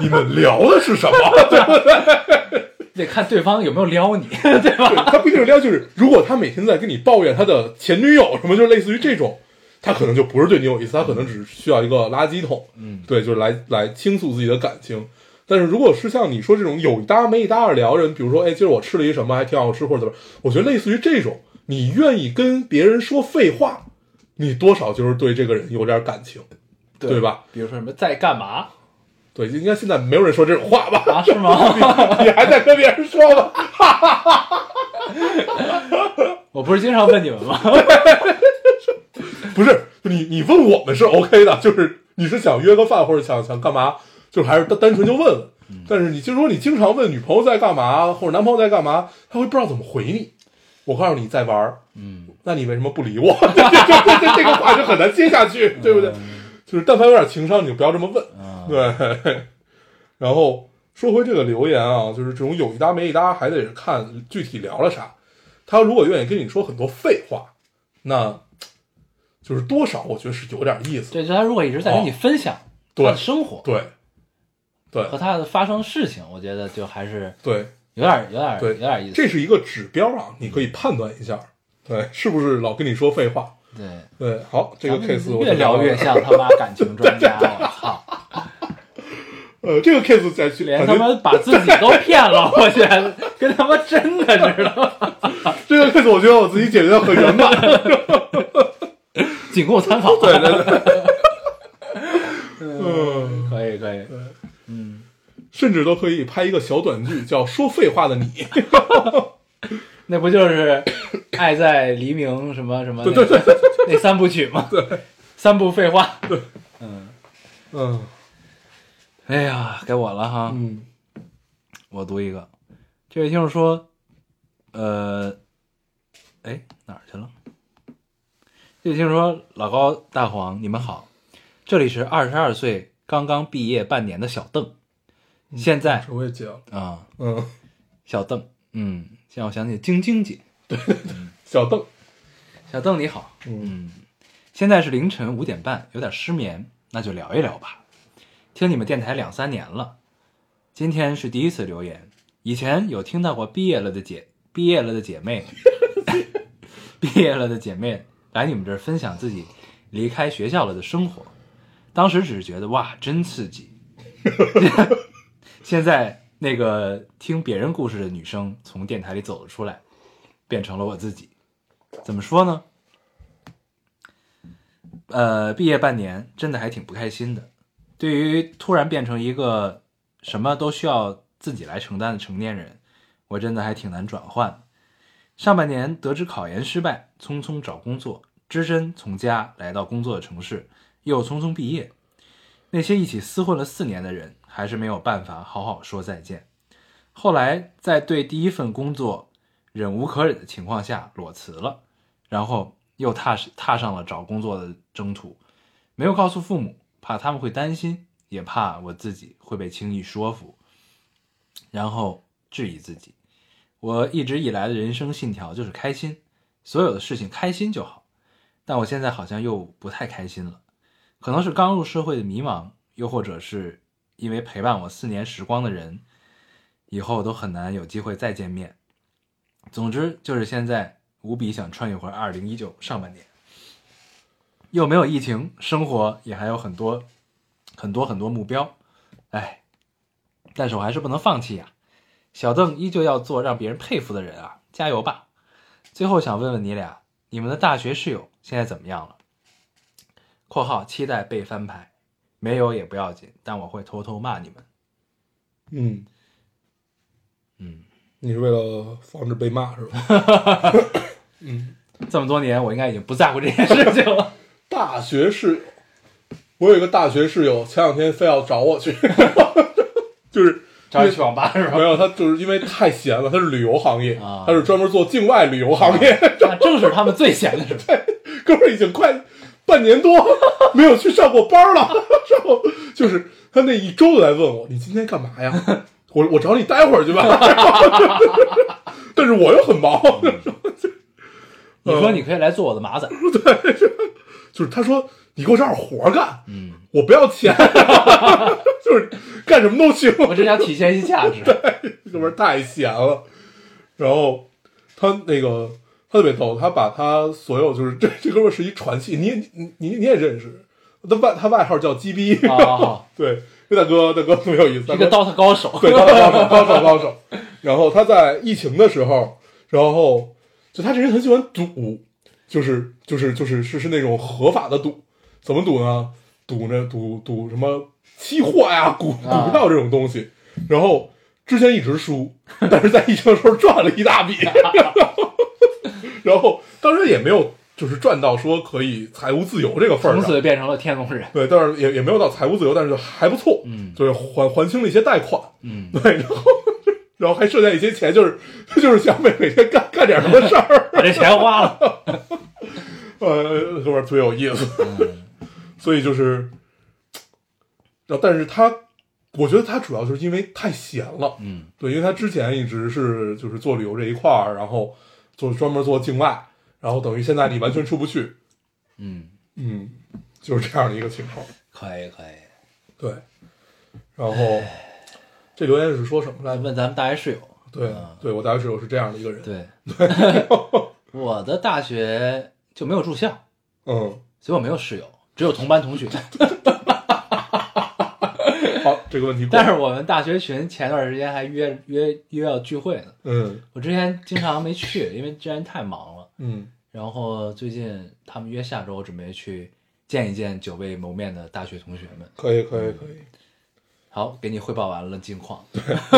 A: 你们聊的是什么，对吧？
B: 得看对方有没有撩你。 <laughs>
A: 他不一定是撩，就是如果他每天在跟你抱怨他的前女友什么，就是类似于这种，他可能就不是对你有意思，他可能只是需要一个垃圾桶，
B: 嗯，
A: 对，就是来来倾诉自己的感情。但是如果是像你说这种有一搭没一搭的聊人，比如说，哎，今儿我吃了一什么，还挺好吃，或者怎么，我觉得类似于这种，你愿意跟别人说废话，你多少就是对这个人有点感情，对吧？
B: 比如说什么在干嘛
A: 对，应该现在没有人说这种话吧？ <laughs>
B: 啊？是吗？ <laughs>
A: 你还在跟别人说吧？
B: 我不是经常问你们吗？ <laughs>
A: 不是你，你问我们是 OK 的，就是你是想约个饭或者想想干嘛，就是还是单单纯就问问。但是你就说你经常问女朋友在干嘛或者男朋友在干嘛，他会不知道怎么回你。我告诉你在玩儿，嗯，那你为什么不理我？ <laughs> 这这这这个话就很难接下去，
B: 嗯
A: 对不对？就是但凡有点情商，你就不要这么问。 <laughs> 对，然后说回这个留言啊，就是这种有一搭没一搭，还得是看具体聊了啥。他如果愿意跟你说很多废话，那就是多少我觉得是有点意思。
B: 对，就他如果一直在跟你分享他
A: 对
B: 的生活
A: 对，对，
B: 和他的发生事情，我觉得就还是
A: 对，
B: 有点、有点、
A: 对，
B: 有点意思。
A: 这是一个指标啊，你可以判断一下，对，是不是老跟你说废话？
B: 对，
A: 对，好，这个
B: 咱们
A: case 我
B: 越
A: 就
B: 聊越像他妈感情专
A: <laughs>
B: 家，我操！
A: 呃，这个 case 再去
B: 连
A: 感
B: 他
A: 觉
B: 妈把自己都骗了， <laughs> 我觉得跟他妈真的似的， <laughs>
A: 这 <laughs> 个 case 我觉得我自己解决的很圆满。 <laughs>
B: 仅供参考。
A: 对对对， <laughs> 嗯，
B: 可以可以，
A: 甚至都可以拍一个小短剧，叫《说废话的你》。 <laughs>
B: 那不就是
A: <coughs>
B: 《爱在黎明》什么什么那
A: 对对
B: 那三部曲吗？对，三部废话。对，嗯，
A: 嗯
B: 哎呀，该我了哈，
A: 嗯
B: 我读一个。这位听众说，呃，哎，哪儿去了？这位听众说，老高、大黄，你们好，这里是二十二岁刚刚毕业半年的小邓，现在
A: 这我也接了，
B: 啊、
A: 嗯，
B: 小邓，嗯，现在我想起晶晶姐，
A: 小邓，
B: 小邓你好，
A: 嗯
B: 嗯，现在是凌晨五点半，有点失眠，那就聊一聊吧。听你们电台两三年了，今天是第一次留言，以前有听到过毕业了的姐，毕业了的姐妹， <laughs> 毕业了的姐妹来你们这儿分享自己离开学校了的生活，当时只是觉得哇，真刺激。 <laughs> 现在那个听别人故事的女生从电台里走了出来，变成了我自己。怎么说呢？呃，毕业半年真的还挺不开心的。对于突然变成一个什么都需要自己来承担的成年人，我真的还挺难转换。上半年得知考研失败，匆匆找工作，只身从家来到工作的城市，又匆匆毕业。那些一起厮混了四年的人，还是没有办法好好说再见。后来在对第一份工作忍无可忍的情况下裸辞了，然后又踏实踏上了找工作的征途，没有告诉父母，怕他们会担心，也怕我自己会被轻易说服，然后质疑自己。我一直以来的人生信条就是开心，所有的事情开心就好，但我现在好像又不太开心了，可能是刚入社会的迷茫，又或者是因为陪伴我四年时光的人，以后都很难有机会再见面。总之就是现在无比想穿越回二零一九上半年，又没有疫情，生活也还有很多很多很多目标，哎，但是我还是不能放弃呀、小邓依旧要做让别人佩服的人啊，加油吧！最后想问问你俩，你们的大学室友现在怎么样了？（括号期待被翻牌，没有也不要紧，但我会偷偷骂你们。
A: 嗯，）
B: 嗯，
A: 你是为了防止被骂是吧？ <laughs>
B: 这么多年我应该已经不在乎这件事情了。
A: 大学室友，我有一个大学室友，前两天非要找我去， <laughs> 就是
B: <laughs> 找你去网吧是吧
A: 没？有他，就是因为太闲了，他是旅游行业，
B: 啊
A: 他是专门做境外旅游行业，
B: <laughs> 那啊正是他们最闲的时候。
A: <laughs> 哥们儿已经快半年多没有去上过班了，然后就是他那一周都来问我，你今天干嘛呀？我我找你待会儿去吧， <laughs> 但是我又很忙，
B: 你说你可以来做我的马仔，
A: 就是他说你给我找点活儿干，
B: 嗯，
A: 我不要钱， <laughs> 就是干什么都行，
B: 我只想体现一啊价值。
A: 这边太闲了。然后他那个他特别逗，他把他所有就是这这哥们儿是一传奇，你也你你你也认识，他外他外号叫鸡逼，
B: 啊，
A: 对，这大哥大哥特别有意思，大
B: 一
A: 哥
B: 个 DOTA 高手，
A: 对高手高手高手高手。然后他在疫情的时候，然后就他这人很喜欢赌，就是就是就是是是那种合法的赌，怎么赌呢？赌那赌赌什么期货呀、股
B: 啊
A: 股票这种东西。然后之前一直输，但是在疫情的时候赚了一大笔， <laughs> 然后当然也没有就是赚到说可以财务自由这个份儿
B: 从
A: 上，
B: 此变成了天龙人。
A: 对，但是也也没有到财务自由，但是还不错，
B: 嗯
A: 就是还还清了一些贷款，
B: 嗯，
A: <laughs> 对，然后然后还剩下一些钱，就是就是想每每天干干点什么事儿， <laughs>
B: 把这钱花了。
A: 呃，哥们儿特别有意思，
B: 嗯
A: <laughs> 所以就是，然后但是他，我觉得他主要就是因为太闲了，
B: 嗯
A: 对，因为他之前一直是就是做旅游这一块儿，然后做专门做境外，然后等于现在你完全出不去，
B: 嗯，
A: 嗯，就是这样的一个情况。
B: 可以可以。
A: 对，然后这留言是说什么来
B: 来
A: 着？
B: 问咱们大学室友，
A: 对，对我大学室友是这样的一个人。
B: 啊对， <laughs> 我的大学就没有住校，
A: 嗯，
B: 所以我没有室友，只有同班同学。
A: 好，这个问题过
B: 但
A: 了，
B: 是我们大学群前段时间还约约约要聚会呢，
A: 嗯
B: 我之前经常没去，因为之前太忙了。
A: 嗯
B: 然后最近他们约下周准备去见一见久未谋面的大学同学们。
A: 可以可以可以，
B: 好，给你汇报完了近况。 <laughs>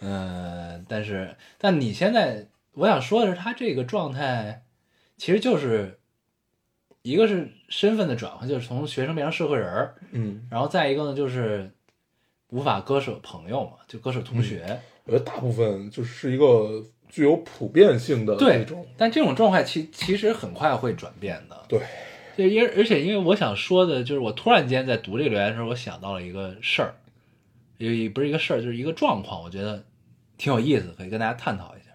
B: 嗯，但是但你现在我想说的是，他这个状态其实就是一个是身份的转换，就是从学生变成社会人儿，
A: 嗯，
B: 然后再一个呢就是无法割舍朋友嘛，就割舍同学。
A: 我觉得大部分就是一个具有普遍性的
B: 对
A: 那种，，
B: 但这种状态其其实很快会转变的。
A: 对，
B: 对，因为而且因为我想说的就是，我突然间在读这个留言的时候，我想到了一个事儿，也不是一个事儿，就是一个状况，我觉得挺有意思，可以跟大家探讨一下。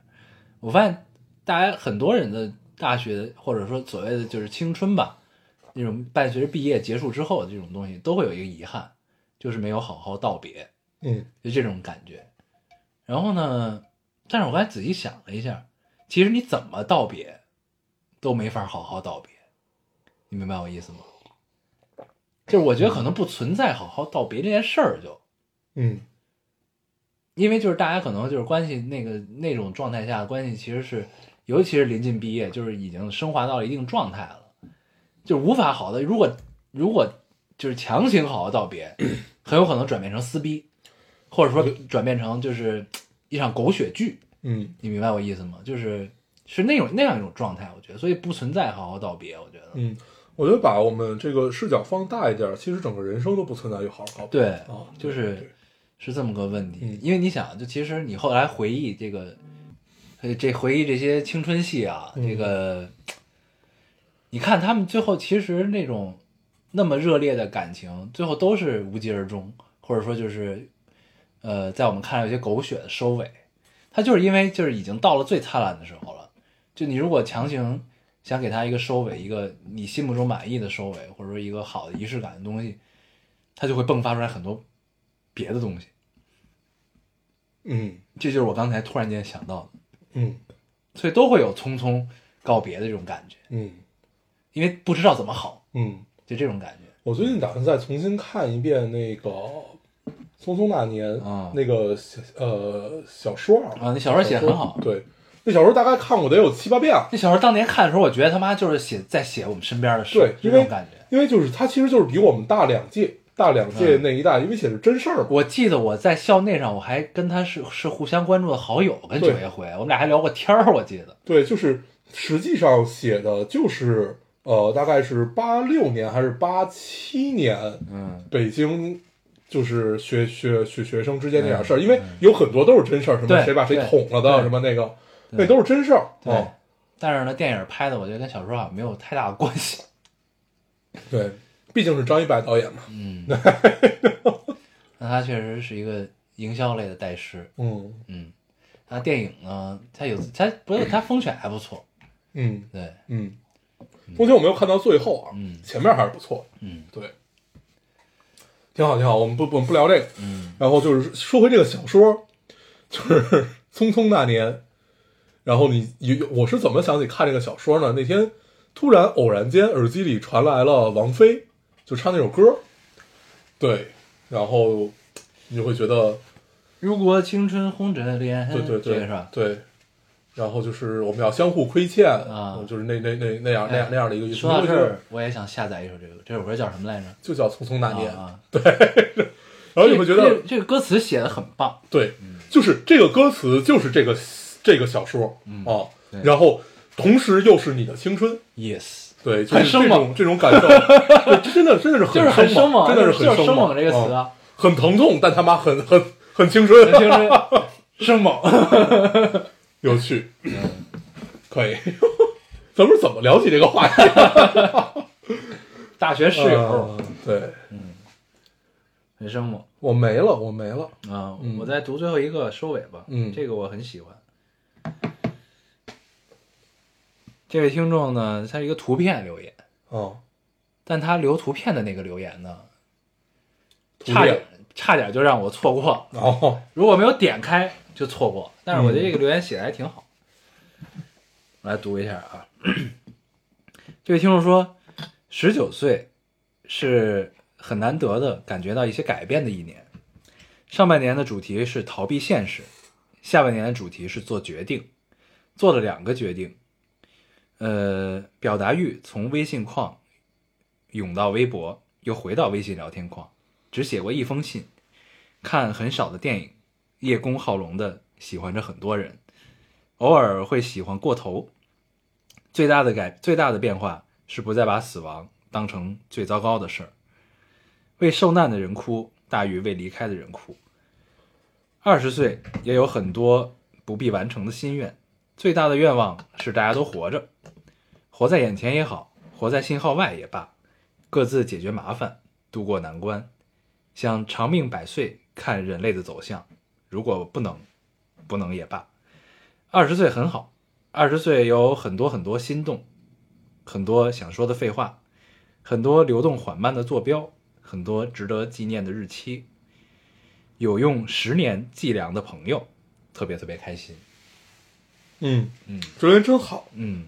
B: 我发现大家很多人的大学或者说所谓的就是青春吧，那种伴随着毕业结束之后的这种东西，都会有一个遗憾，就是没有好好道别。
A: 嗯
B: 就这种感觉。然后呢，但是我刚才仔细想了一下，其实你怎么道别，都没法好好道别，你明白我意思吗？就是我觉得可能不存在好好道别这件事儿，就
A: 嗯
B: 因为就是大家可能就是关系那个那种状态下，关系其实是，尤其是临近毕业，就是已经升华到了一定状态了，就无法好的。如果如果就是强行好好道别，很有可能转变成撕逼，或者说转变成就是一场狗血剧，
A: 嗯
B: 你明白我意思吗？就是是那种那样一种状态，我觉得，所以不存在好好道别，我觉得，
A: 嗯，我觉得把我们这个视角放大一点，其实整个人生都不存在有好好
B: 对，
A: 啊，
B: 就是
A: 对
B: 是这么个问题。
A: 嗯
B: 因为你想，就其实你后来回忆这个，呃这回忆这些青春戏啊，
A: 嗯
B: 这个，你看他们最后其实那种那么热烈的感情，最后都是无疾而终，或者说就是，呃，在我们看来有些狗血的收尾。他就是因为就是已经到了最灿烂的时候了，就你如果强行想给他一个收尾，一个你心目中满意的收尾，或者说一个好的仪式感的东西，它就会迸发出来很多别的东西。
A: 嗯
B: 这就是我刚才突然间想到的，
A: 嗯
B: 所以都会有匆匆告别的这种感觉，
A: 嗯
B: 因为不知道怎么好，
A: 嗯，
B: 就这种感觉。
A: 我最近打算再重新看一遍那个《匆匆那年》
B: 啊
A: 那个小呃小说儿
B: 啊那小说写得很好
A: 对，那小说大概看过得有七八遍了，
B: 那小时候当年看的时候，我觉得他妈就是写在写我们身边的事，
A: 对，
B: 就这
A: 因为
B: 种感觉。
A: 因为就是他其实就是比我们大两届，大两
B: 嗯
A: 届那一代，因为写的是真事儿嘛。
B: 我记得我在校内上，我还跟他是是互相关注的好友，跟九
A: 对
B: 爷回，我们俩还聊过天儿，我记得。
A: 对，就是实际上写的就是呃，大概是八六年还是八七年，
B: 嗯，
A: 北京就是学学学学生之间那点事儿，因为有很多都是真事儿，什么
B: 嗯对
A: 谁把谁
B: 对
A: 捅了的，
B: 对
A: 什么那个，
B: 对
A: 那都是真事儿。
B: 对。
A: 哦，
B: 但是呢，电影拍的我觉得跟小说啊好像没有太大的关系。 <laughs>
A: 对，毕竟是张一白导演嘛，
B: 嗯，那他确实是一个营销类的代师。
A: 嗯
B: 嗯，他电影呢，他有他不是他风选还不错，
A: 嗯
B: 对，
A: 嗯。目前我没有看到最后啊，
B: 嗯
A: 前面还是不错的，
B: 嗯
A: 对，挺好挺好。我们不我们不聊这个，
B: 嗯
A: 然后就是说回这个小说， <laughs> 就是《匆匆那年》，然后你有我是怎么想起看这个小说呢？那天突然偶然间耳机里传来了王菲就唱那首歌，对，然后你就会觉得
B: 如果青春红着脸，
A: 对对对，
B: 这个是吧？
A: 对，然后就是我们要相互亏欠
B: 啊哎
A: 就是那那那那样那样那样的一个意思。
B: 说到
A: 你
B: 这
A: 会觉得
B: 儿，我也想下载一首这个，这首歌叫什么来着？
A: 就叫《匆匆那年》
B: 啊，
A: 然后你会哎觉
B: 这嗯
A: 得
B: 个这个歌词写的很棒，
A: 对，就是这个歌词就是这个这个小说
B: 嗯
A: 啊，然后同时又是你的青春，
B: ，yes，
A: 对，就
B: 很
A: 是这
B: 生猛
A: 种这种感
B: <laughs>
A: 受，对这真的真的是
B: 就是很
A: 很生
B: 猛，
A: 真的
B: 就是
A: 很
B: 生
A: 猛
B: 这个词，
A: 啊
B: 啊，
A: 很疼痛，但他妈很很很青春，
B: <laughs> 青春生猛，
A: <laughs> 有趣， <laughs> 可以。 <laughs> 咱们是怎么聊起这个话题？
B: 大学室友
A: 啊，对
B: 很生猛
A: 我没了，我没了。
B: 啊
A: 嗯！
B: 我再读最后一个收尾吧，
A: 嗯
B: 这个我很喜欢。这位听众呢，他是一个图片留言。
A: 啊，
B: 但他留图片的那个留言呢，
A: 图
B: 差点
A: 片
B: 差点就让我错过了，
A: 哦，
B: 如果没有点开就错过。但是我觉得
A: 嗯
B: 这个留言写的还挺好，我来读一下啊。这位听众说，十九岁是很难得的感觉到一些改变的一年。上半年的主题是逃避现实，下半年的主题是做决定，做了两个决定，呃，表达欲从微信框涌到微博，又回到微信聊天框，只写过一封信，看很少的电影，叶公好龙的喜欢着很多人，偶尔会喜欢过头。最大的改最大的变化是不再把死亡当成最糟糕的事儿，为受难的人哭大于为离开的人哭。二十岁也有很多不必完成的心愿，最大的愿望是大家都活着，活在眼前也好，活在信号外也罢，各自解决麻烦，渡过难关，想长命百岁，看人类的走向。如果不能，不能也罢。二十岁很好，二十岁有很多很多心动，很多想说的废话，很多流动缓慢的坐标，很多值得纪念的日期。有用十年计量的朋友，特别特别开心。
A: 嗯
B: 嗯
A: 昨天真好，
B: 嗯，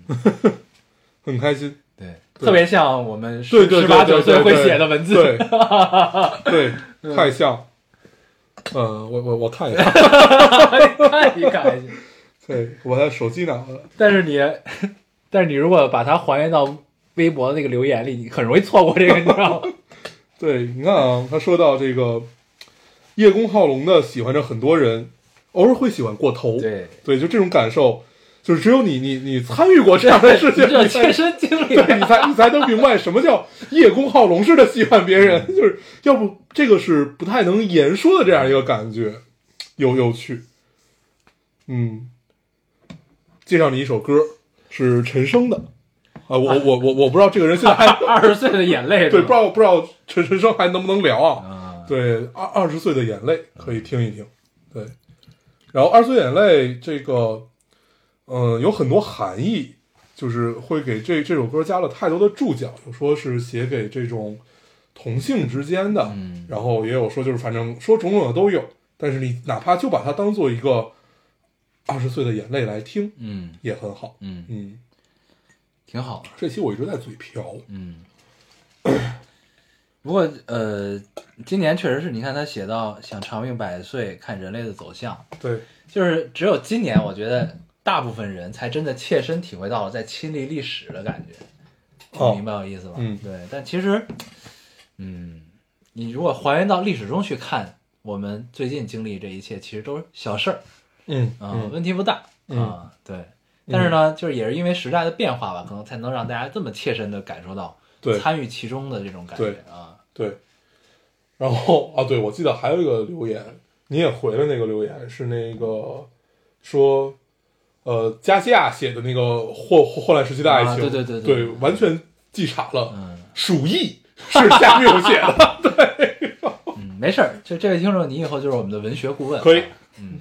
A: 很开心。
B: 对，
A: 对
B: 特别像我们十
A: 对对
B: 十
A: 对
B: 八
A: 对
B: 九岁
A: 对
B: 会
A: 对
B: 写的文字。 <laughs> 嗯
A: 对对，太像。呃，我我我看一 <laughs> 看，
B: 看一看。
A: 对我的手机拿过来。
B: 但是你，但是你如果把它还原到微博的那个留言里，你很容易错过这个，你知道吗？
A: 对，你看啊，他说到这个叶公好龙的喜欢着很多人，偶尔会喜欢过头。
B: 对，
A: 就这种感受，就是只有你你你参与过这样的事情，
B: 这
A: 你才
B: 切身经历。
A: <laughs> 对你才你才能明白什么叫叶公好龙似的喜欢别人，就是要不这个是不太能言说的这样一个感觉，有有趣。嗯，介绍你一首歌，是陈升的，啊，我我我我不知道这个人现在还
B: 二十岁的眼泪，
A: 对，不知道不知道陈陈升还能不能聊啊？
B: 啊，
A: 对，二二十岁的眼泪可以听一听，对。然后二十岁眼泪这个，嗯、有很多含义，就是会给这这首歌加了太多的注脚，有说是写给这种同性之间的，
B: 嗯
A: 然后也有说就是反正说种种的都有。但是你哪怕就把它当做一个二十岁的眼泪来听，
B: 嗯
A: 也很好。
B: 嗯，
A: 嗯，
B: 挺好的，
A: 这期我一直在嘴瓢，
B: 嗯。不过，呃，今年确实是你看他写到想长命百岁，看人类的走向，
A: 对，
B: 就是只有今年，我觉得大部分人才真的切身体会到了在亲历历史的感觉。
A: 哦
B: 你明白我意思吧？
A: 嗯
B: 对。但其实，嗯，你如果还原到历史中去看，我们最近经历这一切，其实都是小事儿
A: 嗯
B: 啊、
A: 嗯
B: 问题不大啊、
A: 嗯
B: 对。但是呢，就是也是因为时代的变化吧，可能才能让大家这么切身的感受到
A: 对
B: 参与其中的这种感觉啊。
A: 对，然后啊，对，我记得还有一个留言，你也回了那个留言，是那个说，呃，加西亚写的那个霍霍霍乱时期的爱情，
B: 啊对对对
A: 对
B: 对
A: 完全记岔了，
B: 嗯
A: 鼠疫是夏缪写
B: <laughs>
A: 的，
B: 嗯，没事儿，就这位听众，你以后就是我们的文学顾问，
A: 可以，
B: 嗯。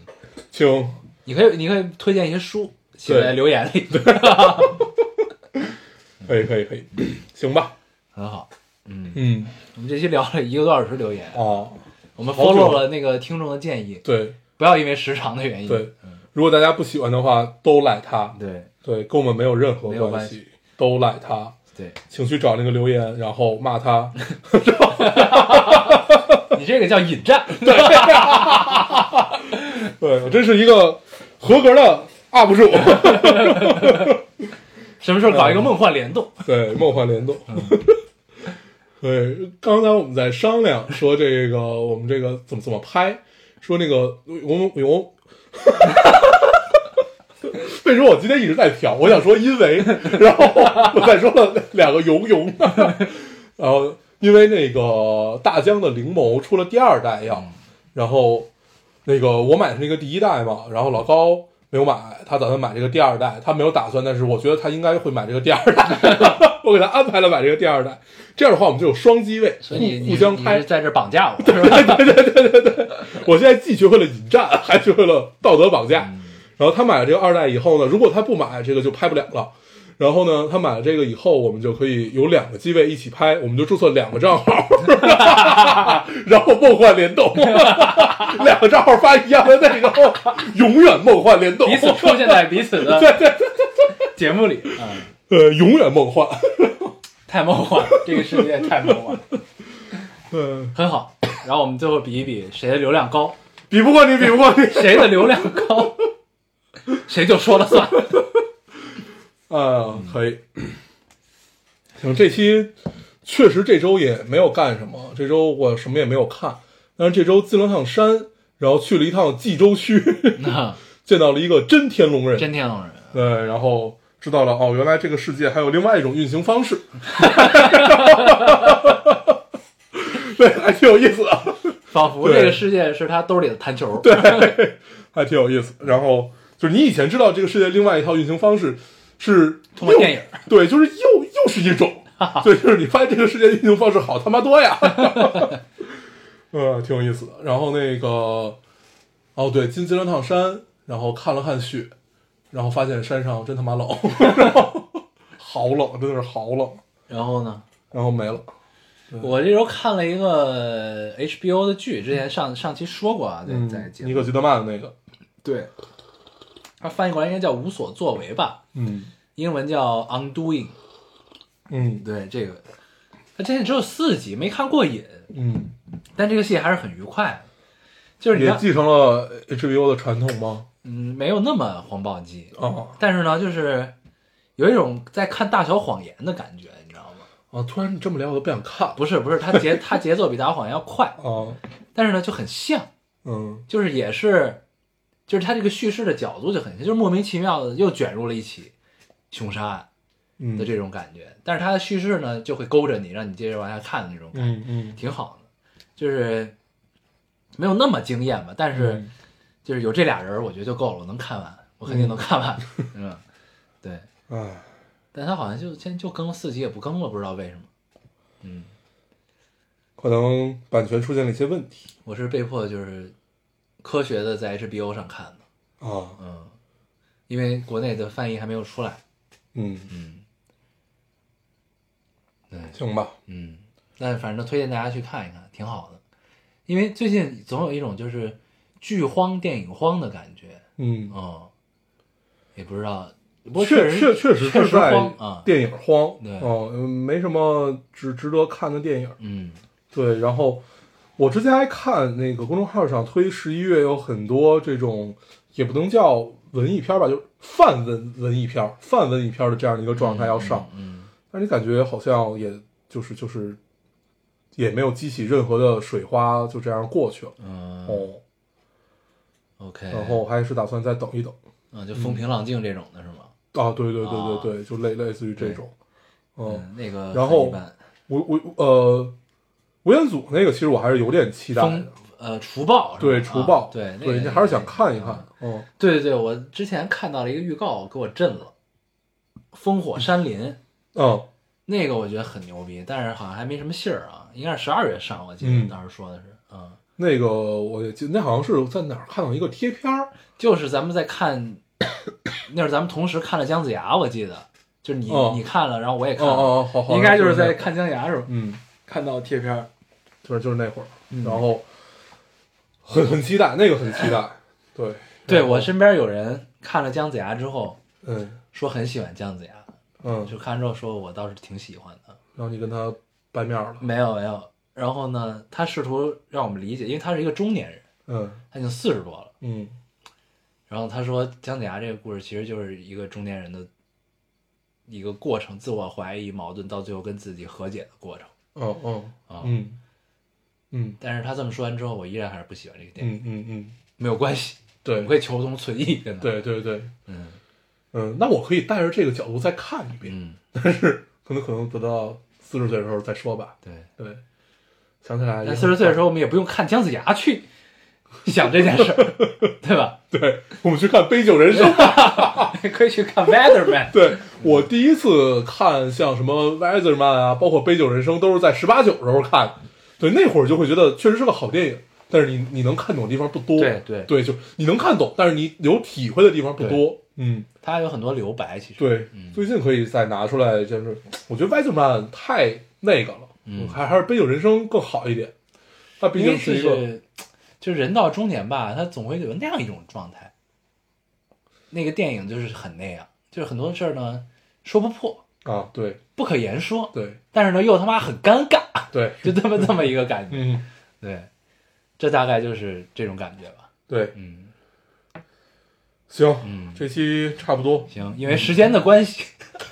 A: 请
B: 你可以，你可以推荐一些书，写在留言里，嗯
A: 可以可以可以，行吧，
B: 很好。嗯，
A: 嗯
B: 我们这期聊了一个多小时留言，
A: 啊，
B: 我们
A: 好久
B: follow 了那个听众的建议，
A: 对
B: 不要因为时长的原因，
A: 对
B: 嗯，
A: 如果大家不喜欢的话，都赖他，
B: 对
A: 对，跟我们没有任何
B: 没有
A: 关
B: 关
A: 系，都赖他，
B: 对，
A: 请去找那个留言，然后骂他，
B: 你这个叫引战，
A: 对我真是一个合格的 UP 主。
B: 什么时候搞
A: 嗯
B: 一个梦幻联动？
A: 对，梦幻联动。 <laughs> 对，刚才我们在商量说这个，我们这个怎么怎么拍，说那个我们我们。为什么我今天一直在调？我想说因为，然后我再说了两个游泳， <laughs> 然后因为那个大疆的灵眸出了第二代药，
B: 嗯
A: 然后那个我买的是那个第一代嘛，然后老高没有买，他打算买这个第二代，他没有打算，但是我觉得他应该会买这个第二代， <laughs> 我给他安排了买这个第二代，这样的话我们就有双机位，
B: 所以你
A: 互
B: 你
A: 互相
B: 你
A: 拍
B: 是。在这绑架我是吧？
A: <laughs> 我现在既学会了引战，还学会了道德绑
B: 嗯
A: 架。然后他买了这个二代以后呢，如果他不买这个就拍不了了。然后呢，他买了这个以后，我们就可以有两个机位一起拍，我们就注册两个账号， <laughs> 然后梦幻联动， <laughs> 两个账号发一样的内容，永远梦幻联动
B: <laughs> 彼，此出现在彼此的节目里，嗯，
A: 呃，永远梦幻，
B: 太梦幻，了，这个世界太梦幻，了，
A: 嗯，
B: 很好。然后我们最后比一比谁的流量高，
A: 比不过你，比不过你，
B: 谁的流量高，谁就说了算。
A: 啊，可以。 <clears throat> 行，这期确实这周也没有干什么，这周我什么也没有看，但是这周进了趟山，然后去了一趟冀州区，
B: 那
A: <laughs> 见到了一个真天龙人，
B: <laughs> 真天龙人，
A: 对，然后知道了哦，原来这个世界还有另外一种运行方式， <laughs> 对，还挺有意思的。
B: 仿佛
A: 对
B: 这个世界是他兜里的弹球。
A: 对，还挺有意思。然后就是你以前知道这个世界另外一套运行方式是
B: 通过
A: 又
B: 电影，
A: 对，就是又又是一
B: <laughs>
A: 种，对，就是你发现这个世界运行方式好他妈多呀，呃，挺有意思的。然后那个，哦对，进金銮趟山，然后看了看雪，然后发现山上真他妈冷，然后好冷，真的是好冷，
B: 然后呢，
A: 然后没了。
B: 我这时候看了一个 HBO 的剧，之前上上期说过啊，在在节
A: 尼
B: 目
A: 克基德曼的那嗯个，
B: 对，它翻译过来应该叫无所作为吧， <laughs>
A: 嗯
B: 英文叫 Undoing。
A: 嗯
B: 对这个，它之前只有四集，没看过瘾，
A: 嗯，
B: 但这个戏还是很愉快的，就是你
A: 也
B: 看，
A: 继承了 HBO 的传统吗？
B: 嗯，没有那么黄暴击，
A: 哦
B: 但是呢，就是有一种在看《大小谎言》的感觉，你知道吗？
A: 啊，突然你这么聊，我都不想看了。
B: 不是不是，它节它节奏比《大小谎言》要快， <laughs>
A: 啊，
B: 但是呢就很像，
A: 嗯
B: 就是也是，就是它这个叙事的角度就很像，就是莫名其妙的又卷入了一起凶杀案
A: 嗯
B: 的这种感觉，但是它的叙事呢就会勾着你，让你接着往下看的那种感觉，
A: 嗯嗯，
B: 挺好的，就是没有那么惊艳吧，但是。
A: 嗯
B: 就是有这俩人儿，我觉得就够了，我能看完，我肯定能看完， <laughs> 嗯，对。
A: 哎，
B: 但他好像就现在就更了四集，也不更了，不知道为什么。
A: 可能版权出现了一些问题
B: 我是被迫就是科学的在 HBO 上看的，
A: 啊，
B: 嗯，因为国内的翻译还没有出来，
A: 嗯
B: 嗯，对，
A: 行吧，
B: 嗯，但反正推荐大家去看一看，挺好的。因为最近总有一种就是剧荒、电影荒的感觉，
A: 嗯，
B: 嗯，也不知道，不过
A: 确
B: 实
A: 确确实
B: 确
A: 是
B: 实
A: 在
B: 荒啊，
A: 电影荒，
B: 对
A: 哦，嗯没什么值值得看的电影，
B: 嗯
A: 对，然后我之前还看那个公众号上推十一月有很多这种也不能叫文艺片吧，就是泛文文艺片、泛文艺片的这样的一个状态要上，
B: 嗯，
A: 但是你感觉好像也就是就是也没有激起任何的水花，就这样过去了，
B: 嗯嗯
A: 哦，
B: ，OK，
A: 然后还是打算再等一等。
B: 嗯，就风平浪静这种的是吗？
A: 啊，对对对对
B: 啊
A: 对，就类类似于这种，嗯，
B: 嗯，那个
A: 然后
B: 很一般
A: 我我呃，吴彦祖那个其实我还是有点期待
B: 风
A: 的，
B: 呃除暴是吧
A: 对，
B: 啊
A: 除暴，
B: 对那
A: 对，
B: 个
A: 你还是想看一
B: 嗯
A: 看，嗯
B: 对对对，我之前看到了一个预告，给我震了，《烽火山林》
A: 嗯
B: 那个我觉得很牛逼，但是好像还没什么信儿啊，应该是十二月上，我记得
A: 嗯
B: 当时说的是，嗯，
A: 那个我也记，那好像是在哪儿看到一个贴片儿，
B: 就是咱们在看， <coughs> 那是咱们同时看了姜子牙，我记得就是你
A: 哦
B: 你看了，然后我也看
A: 哦
B: 了，
A: 哦哦，好，好
B: 应该就是
A: 那
B: 在
A: 会儿，
B: 看姜子牙是吧？
A: 嗯，
B: 看到贴片儿，
A: 就是就是那会儿，
B: 嗯
A: 然后很很期待，那个很
B: <laughs>
A: 期待，对
B: 对
A: 然后
B: 我身边有人看了姜子牙之后
A: 嗯
B: 说很喜欢姜子牙，
A: 嗯，
B: 就看完之后说我倒是挺喜欢的，
A: 然后你跟他掰面儿了，
B: 没有没有。然后呢，他试图让我们理解，因为他是一个中年人，
A: 嗯
B: 他已经四十多了。
A: 嗯
B: 然后他说姜子牙这个故事其实就是一个中年人的一个过程，自我怀疑、矛盾，到最后跟自己和解的过程
A: 哦哦
B: 啊。
A: 嗯嗯
B: 但是他这么说完之后，我依然还是不喜欢这个电影，
A: 嗯嗯嗯，
B: 没有关系，
A: 对
B: 我会求同存异，真的。，
A: 对对对。
B: 嗯
A: 嗯，那我可以带着这个角度再看一遍，
B: 嗯，
A: 但是可能可能等到四十岁的时候再说吧。
B: 对。
A: 对，想起来
B: 但四十岁的时候，我们也不用看姜子牙去想这件事
A: <laughs>
B: 儿，对吧？
A: 候， <laughs> 对，我们去看《杯酒人生》吧。
B: 可以去看 Weatherman。
A: 对我第一次看像什么《Weatherman》啊，包括《杯酒人生》，都是在十八九时候看的。对，那会儿就会觉得确实是个好电影，但是你你能看懂的地方不多。
B: 对对
A: 对，就你能看懂，但是你有体会的地方不多。嗯，
B: 他有很多留白，其实。
A: 对，
B: 嗯
A: 最近可以再拿出来，就是我觉得《外景曼》太那个了，
B: 嗯
A: 还还是《杯酒人生》更好一点。它毕
B: 因为
A: 竟
B: 就是
A: 一个，
B: 是就是人到中年吧，他总会有那样一种状态。那个电影就是很那样，就是很多事儿呢说不破，
A: 啊，对
B: 不可言说，
A: 对
B: 但是呢又他妈很尴尬，
A: 对，
B: 就这么这么一个感觉。
A: 嗯，
B: 对，这大概就是这种感觉吧。
A: 对，
B: 嗯，
A: 行，
B: 嗯
A: 这期差不多，
B: 行，因为时间的关系，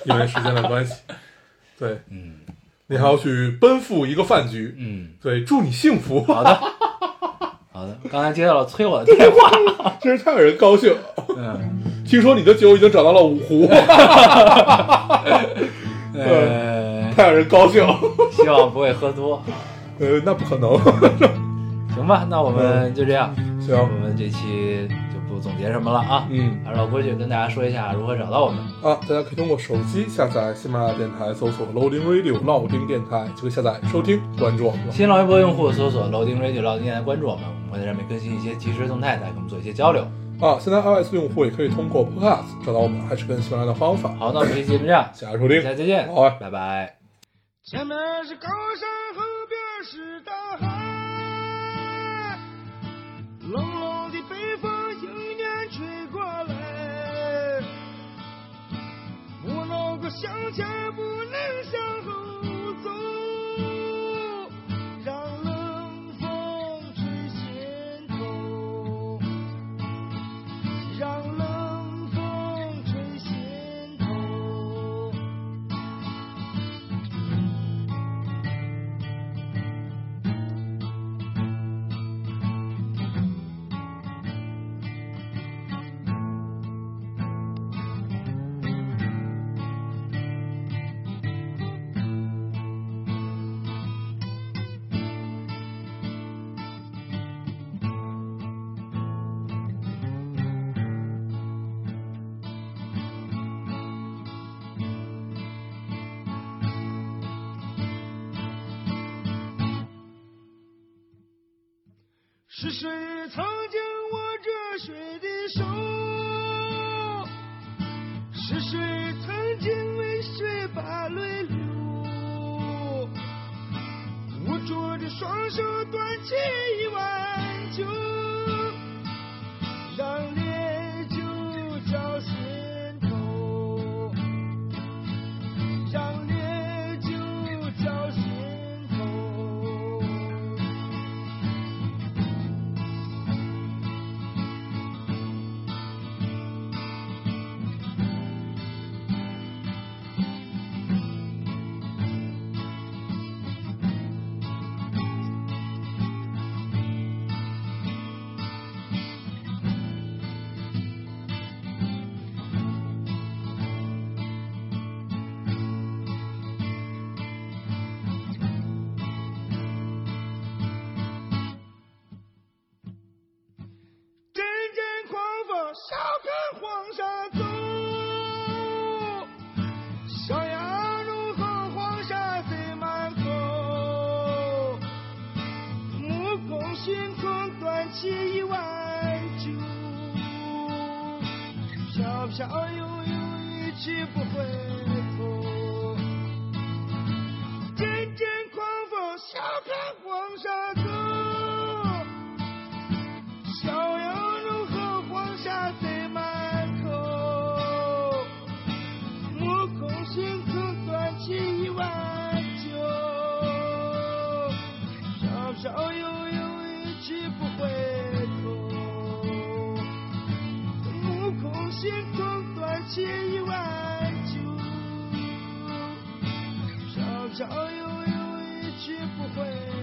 A: 因为时间的关系，对
B: 嗯
A: 你还要去奔赴一个饭局，
B: 嗯，
A: 对，祝你幸福， <laughs>
B: 好的好的。刚才接到了催我的电话，
A: 真是太让人高兴了。
B: 嗯，
A: 听说你的酒已经找到了五 <laughs> 湖，
B: 呃，
A: 太让人高兴。
B: 希望不会喝多。
A: 呃，那不可能。
B: 行吧，那我们就这样，
A: 嗯行
B: 我们这期就不总结什么了啊。
A: 嗯
B: 还是老规矩，跟大家说一下如何找到我们。
A: 啊，大家可以通过手机下载喜马拉雅电台，搜索 Loading Radio 老丁电台，就可以下载收听关注我们了。
B: 新浪微博用户搜索 “loading radio” 老丁来关注我们，我们会在上面更新一些即时动态，来跟我们做一些交流。
A: 啊，现在 iOS 用户也可以通过 Podcast 找到我们，还是跟喜马拉雅的方法。
B: 好，那我们这期节目这样，
A: 谢谢收听
B: 大家再见，
A: 好啊
B: 拜拜。
C: 前面是高山，后边是大海，冷冷的北风迎面吹过来，不能够向前，不能向后走，让冷风吹心头，让冷风吹心头。是谁曾经握着谁的手？是谁曾经为谁把泪流？无助的双手端起一碗酒，让烈酒浇心头，让烈酒浇心头。阵阵狂风笑看黄沙走，小羊如何黄沙塞满口？目空星空，端起一碗酒，飘飘悠悠，一去不回头。阵阵狂风笑看黄沙走。小羊如何黄沙塞满口？目空星空，端起一碗酒，飘飘悠悠，一去不回头。目空星空，端起一碗酒，飘飘悠悠，一去不回头。